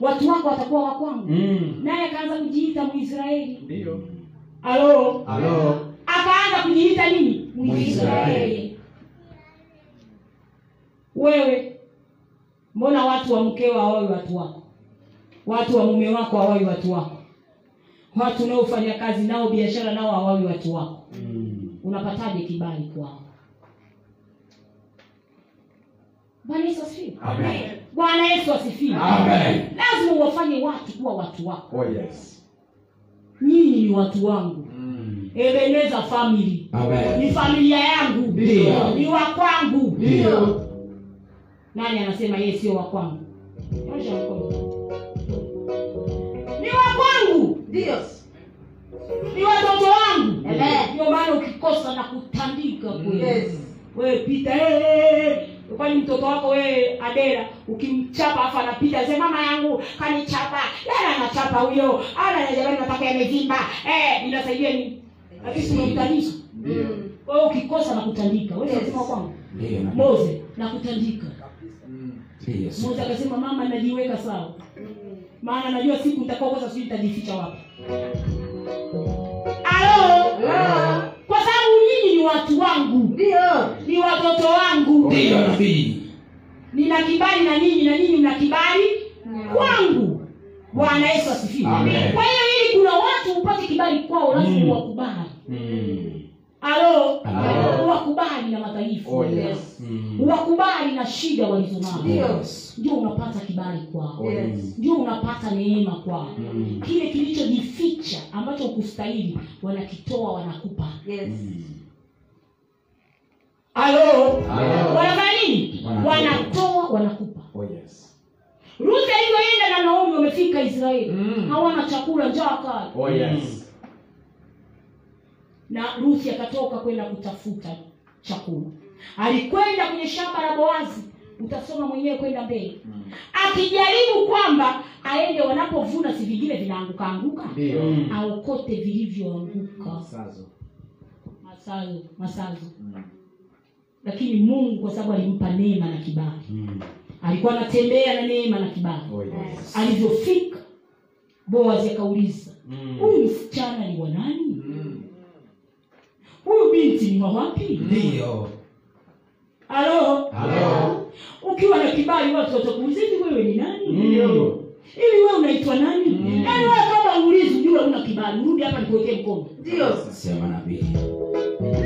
Speaker 1: watu wako watakuwa wa kwangu
Speaker 5: Mm.
Speaker 1: naye akaanza kujiita mwisraeli
Speaker 5: Ndio.
Speaker 1: alo
Speaker 5: Halo.
Speaker 1: akaanza kujiita nini
Speaker 2: Mwisraeli.
Speaker 1: mwisraeli wewe mbona watu wa mkeo hawawi watu wako watu wa mume wako hawawi watu wako watu unaofanya kazi nao biashara nao hawawi watu wako
Speaker 2: Mm.
Speaker 1: unapataje kibali kwao bwana yesu asifiwe
Speaker 2: Amen.
Speaker 1: bwana yesu asifiwe
Speaker 2: Amen.
Speaker 1: lazima uwafanye watu kuwa watu wako
Speaker 2: Oh yes.
Speaker 1: nyinyi ni watu wangu
Speaker 5: Hum.
Speaker 2: Mm.
Speaker 1: ebeneza famili
Speaker 2: Amen.
Speaker 1: ni familia yangu
Speaker 2: Ndiyo.
Speaker 1: ni wa kwangu
Speaker 2: Ndio.
Speaker 1: nani anasema yeye sio wa kwangu Nyosha mkono. ni wa kwangu
Speaker 3: ndio
Speaker 1: ni watoto wangu
Speaker 3: Amen.
Speaker 1: ndio maana ukikosa na kutandika kule
Speaker 3: yes
Speaker 1: wewe pita eh, eh, eh. kwani mtoto wako wewe adera ukimchapa afu anapita sema mama yangu kanichapa yana anachapa huyo ana ya jamani matako yamevimba eh inasaidia nini lakini unamtanisha
Speaker 5: Ndio.
Speaker 1: wewe ukikosa na kutandika wewe unasema kwangu
Speaker 2: Ndio.
Speaker 1: Mose na kutandika
Speaker 5: Mm.
Speaker 2: Yes.
Speaker 1: Mose akasema mama najiweka sawa maana najua siku nitakaokosa sijui nitajificha wapi alo
Speaker 3: Ah,
Speaker 1: kwa sababu nyinyi ni watu wangu
Speaker 3: ndio
Speaker 1: ni watoto wangu
Speaker 2: Ndio nabii.
Speaker 1: nina kibali na ninyi na ninyi mna kibali kwangu bwana yesu asifiwe
Speaker 2: Amen.
Speaker 1: kwa hiyo ili kuna watu upate kibali kwao lazima
Speaker 5: Mm.
Speaker 1: uwakubali
Speaker 2: Mm.
Speaker 1: alo
Speaker 2: Alo.
Speaker 1: uwakubali na madhaifu
Speaker 5: Oh,
Speaker 3: yes
Speaker 2: Mm.
Speaker 1: uwakubali na shida walizonazo
Speaker 3: Ndio.
Speaker 2: Yes.
Speaker 1: ndio unapata kibali
Speaker 5: Oh,
Speaker 1: kwao
Speaker 3: yes
Speaker 1: ndio unapata neema kwao
Speaker 2: Mm.
Speaker 1: kile kilichojificha ambacho ukustahili wanakitoa wanakupa
Speaker 3: yes
Speaker 2: Mm.
Speaker 1: alo
Speaker 2: Alo.
Speaker 1: wanafanya nini
Speaker 2: Wanatoa.
Speaker 1: wanatoa wanakupa
Speaker 2: Oh yes.
Speaker 1: ruth alivyoenda na naomi wamefika israeli
Speaker 5: Mm.
Speaker 1: hawana chakula njaa kali
Speaker 5: Oh yes.
Speaker 1: na ruthi akatoka kwenda kutafuta chakula alikwenda kwenye shamba la boazi utasoma mwenyewe kwenda mbele akijaribu kwamba aende wanapovuna si vingine vinaanguka anguka
Speaker 2: Hum. Hmm.
Speaker 5: Ndio.
Speaker 1: aokote vilivyoanguka
Speaker 5: Sazo.
Speaker 1: masazo masazo lakini mungu kwa sababu alimpa neema na kibali
Speaker 2: Mm.
Speaker 1: alikuwa anatembea na neema na kibali
Speaker 2: Oh yes.
Speaker 1: alivyofika boazi akauliza
Speaker 2: Hmm.
Speaker 5: Mm.
Speaker 1: huyu msichana ni wa nani
Speaker 5: Mm.
Speaker 1: huyu binti ni wa wapi
Speaker 2: Ndio.
Speaker 1: alo
Speaker 2: Alo.
Speaker 1: ukiwa na kibali watu watakuulizaji wewe ni nani
Speaker 5: Mm.
Speaker 1: ili wewe unaitwa nani
Speaker 5: Mm.
Speaker 1: yaani wewe kama ulizi ujue una kibali urudi hapa nikuwekee mkono
Speaker 3: ndio
Speaker 2: Sema nabii.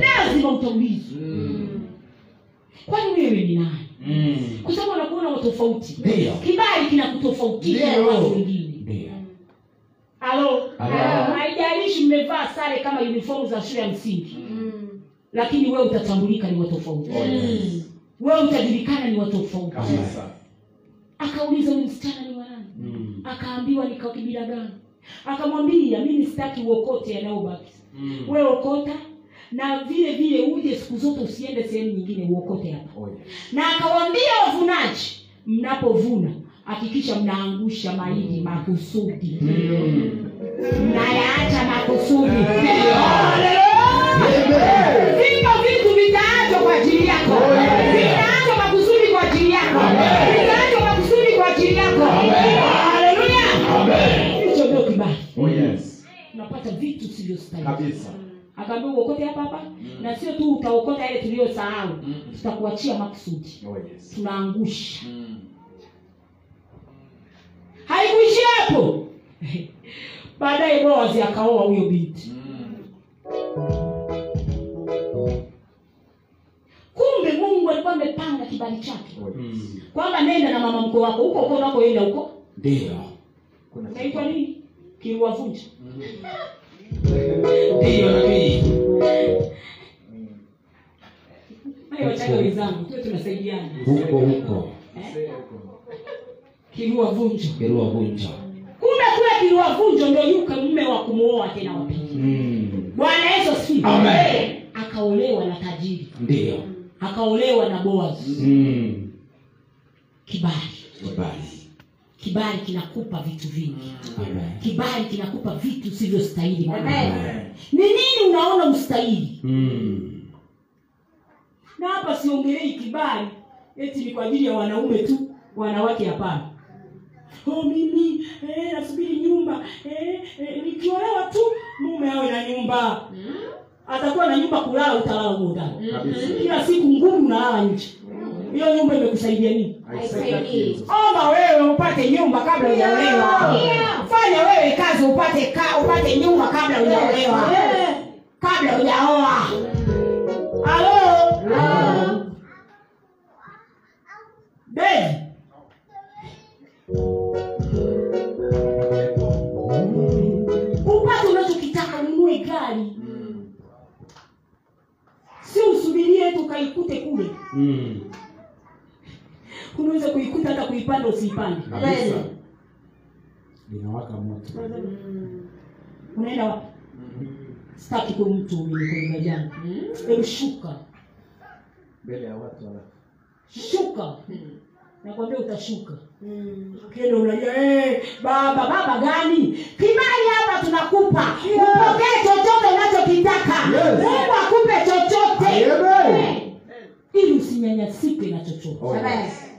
Speaker 1: lazima utaulizwa
Speaker 5: Mm.
Speaker 1: kwani wewe ni nani
Speaker 2: Hum.
Speaker 5: Mm.
Speaker 1: kwa sababu wanakuona watofauti
Speaker 2: Ndio.
Speaker 1: kibali kinakutofautisha na watu wengine
Speaker 2: Ndio.
Speaker 1: alo
Speaker 2: Alo.
Speaker 1: haijalishi mmevaa sare kama uniform za shule ya msingi
Speaker 3: Mm.
Speaker 1: lakini wewe utatambulika ni watofauti
Speaker 2: Oh yes.
Speaker 1: wewe utajulikana ni watofauti
Speaker 5: Kabisa.
Speaker 1: akauliza huyu msichana ni wa nani
Speaker 2: Hum.
Speaker 5: Mm.
Speaker 1: akaambiwa ni kwa kabila gani akamwambia mimi sitaki uokote yanayobaki
Speaker 5: Mm.
Speaker 1: we okota na vile vile uje siku zote usiende sehemu nyingine uokote hapa
Speaker 2: Oh yes.
Speaker 1: na akawaambia wavunaji mnapovuna hakikisha mnaangusha maidi makusudi
Speaker 5: Mm.
Speaker 1: mnayaacha makusudi Haleluya! vipo vitu vitaachwa kwa ajili yako vitaachwa makusudi kwa ajili yako vitaachwa makusudi kwa ajili yako haleluya hicho ndio kibali
Speaker 5: Oh yes.
Speaker 1: unapata vitu usivyostahili
Speaker 5: Kabisa.
Speaker 1: akaambia uokote hapa hapa
Speaker 2: Mm.
Speaker 1: na sio tu utaokota yale tuliyosahau tutakuachia makusudi
Speaker 2: Oh yes.
Speaker 1: tunaangusha
Speaker 2: Hum.
Speaker 5: Mm.
Speaker 1: haikuishia hapo baadaye boazi akaoa huyo binti
Speaker 5: Mm.
Speaker 1: kumbe mungu alikuwa amepanga kibali chake
Speaker 2: Oh yes.
Speaker 5: Mm.
Speaker 1: kwamba nenda na mama mko wako huko huko unakoenda huko
Speaker 2: Ndio.
Speaker 1: naitwa nini kiliwavunja
Speaker 2: Ndio nabii.
Speaker 1: wachaga wenzangu tuwe tunasaidiana
Speaker 2: Huko huko.
Speaker 1: kiliwavunja
Speaker 2: Kerua vunja.
Speaker 1: kumbe kule kiliwavunja ndio yuka mume wa kumwoa tena wapili
Speaker 5: Hum.
Speaker 2: Mm.
Speaker 1: bwana yesu asifiwe
Speaker 2: Amen.
Speaker 1: akaolewa na tajiri
Speaker 2: Ndio.
Speaker 1: akaolewa na boazi
Speaker 2: Mm.
Speaker 1: kibali
Speaker 2: Kibali.
Speaker 1: kibali kinakupa vitu vingi
Speaker 2: Mm. Amen.
Speaker 1: kibali kinakupa vitu usivyostahili mwanangu.
Speaker 2: Amen.
Speaker 1: ni nini unaona ustahili
Speaker 2: Mm.
Speaker 1: na hapa siongelei kibali eti ni kwa ajili ya wanaume tu wanawake hapana oh mimi eh, nasubiri nyumba eh, eh, nikiolewa tu mume awe na nyumba atakuwa na nyumba kulala utalala humo ndani kila siku ngumu unalala nje hiyo nyumba imekusaidia nini
Speaker 5: Haisaidii.
Speaker 1: omba wewe upate nyumba kabla ujaolewa fanya wewe kazi upate ka, upate nyumba kabla ujaolewa kabla ujaoa halo Dave. upate unachokitaka ununue gari si usubirie tu ukaikute kule
Speaker 2: Mm.
Speaker 1: unaweza kuikuta hata kuipanda usiipande
Speaker 2: Kabisa. Linawaka moto.
Speaker 1: unaenda wapi sitaki ku mtu mwenye jana hebu shuka
Speaker 5: mbele ya watu halafu.
Speaker 1: shuka nakwambia utashuka ukienda unalia "Eh, baba baba gani kibali hapa tunakupa upokee chochote unachokitaka
Speaker 5: Yes.
Speaker 1: mungu akupe chochote Eh.
Speaker 5: Amen.
Speaker 1: ili usinyanyasike na chochote
Speaker 5: Oh, yes.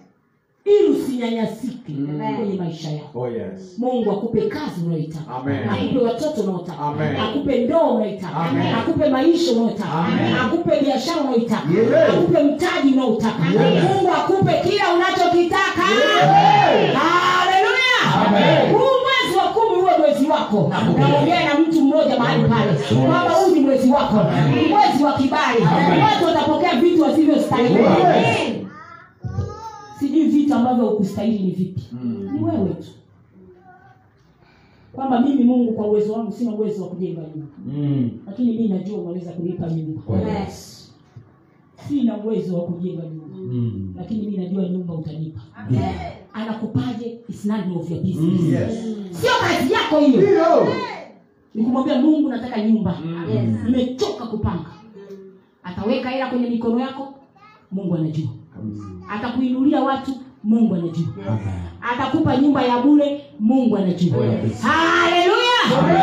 Speaker 1: ili usinyanyasike
Speaker 5: Mm.
Speaker 1: kwenye maisha yako
Speaker 5: Oh, yes.
Speaker 1: mungu akupe kazi unayoitaka
Speaker 5: Amen.
Speaker 1: akupe watoto
Speaker 5: Amen.
Speaker 1: unaotaka akupe ndoo unaoitaka
Speaker 5: Amen.
Speaker 1: akupe maisha unaotaka
Speaker 5: Amen.
Speaker 1: akupe biashara unaoitaka
Speaker 5: Yes.
Speaker 1: akupe mtaji unaotaka
Speaker 5: Yes.
Speaker 1: mungu akupe kila unachokitaka
Speaker 5: Yes.
Speaker 1: haleluya
Speaker 5: Amen.
Speaker 1: huu mwezi wa kumi uwe mwezi wako
Speaker 5: Amen.
Speaker 1: naongea na mtu mmoja mahali pale kwamba huu ni mwezi wako ni mwezi wa kibali watu watapokea vitu wasivyostahili
Speaker 5: Yes.
Speaker 1: sijui vitu ambavyo hukustahili ni vipi
Speaker 5: Mm.
Speaker 1: ni wewe tu kwamba mimi mungu kwa uwezo wangu sina uwezo wa kujenga nyumba
Speaker 2: Mm.
Speaker 1: lakini mi najua unaweza kunipa nyumba
Speaker 2: Oh, yes.
Speaker 1: sina uwezo wa kujenga nyumba
Speaker 2: Mm.
Speaker 1: lakini mi najua nyumba utanipa
Speaker 5: Amen.
Speaker 1: anakupaje It's none of your business.
Speaker 2: Mm.
Speaker 5: Yes.
Speaker 1: sio kazi yako hiyo
Speaker 5: Ndio.
Speaker 1: nikumwambia mungu nataka nyumba
Speaker 5: Mm.
Speaker 1: nimechoka kupanga ataweka hela kwenye mikono yako mungu anajua
Speaker 2: Kabisa.
Speaker 1: atakuinulia watu mungu anajua
Speaker 2: Amen.
Speaker 1: atakupa nyumba ya bure mungu anajua
Speaker 2: Yes.
Speaker 1: haleluya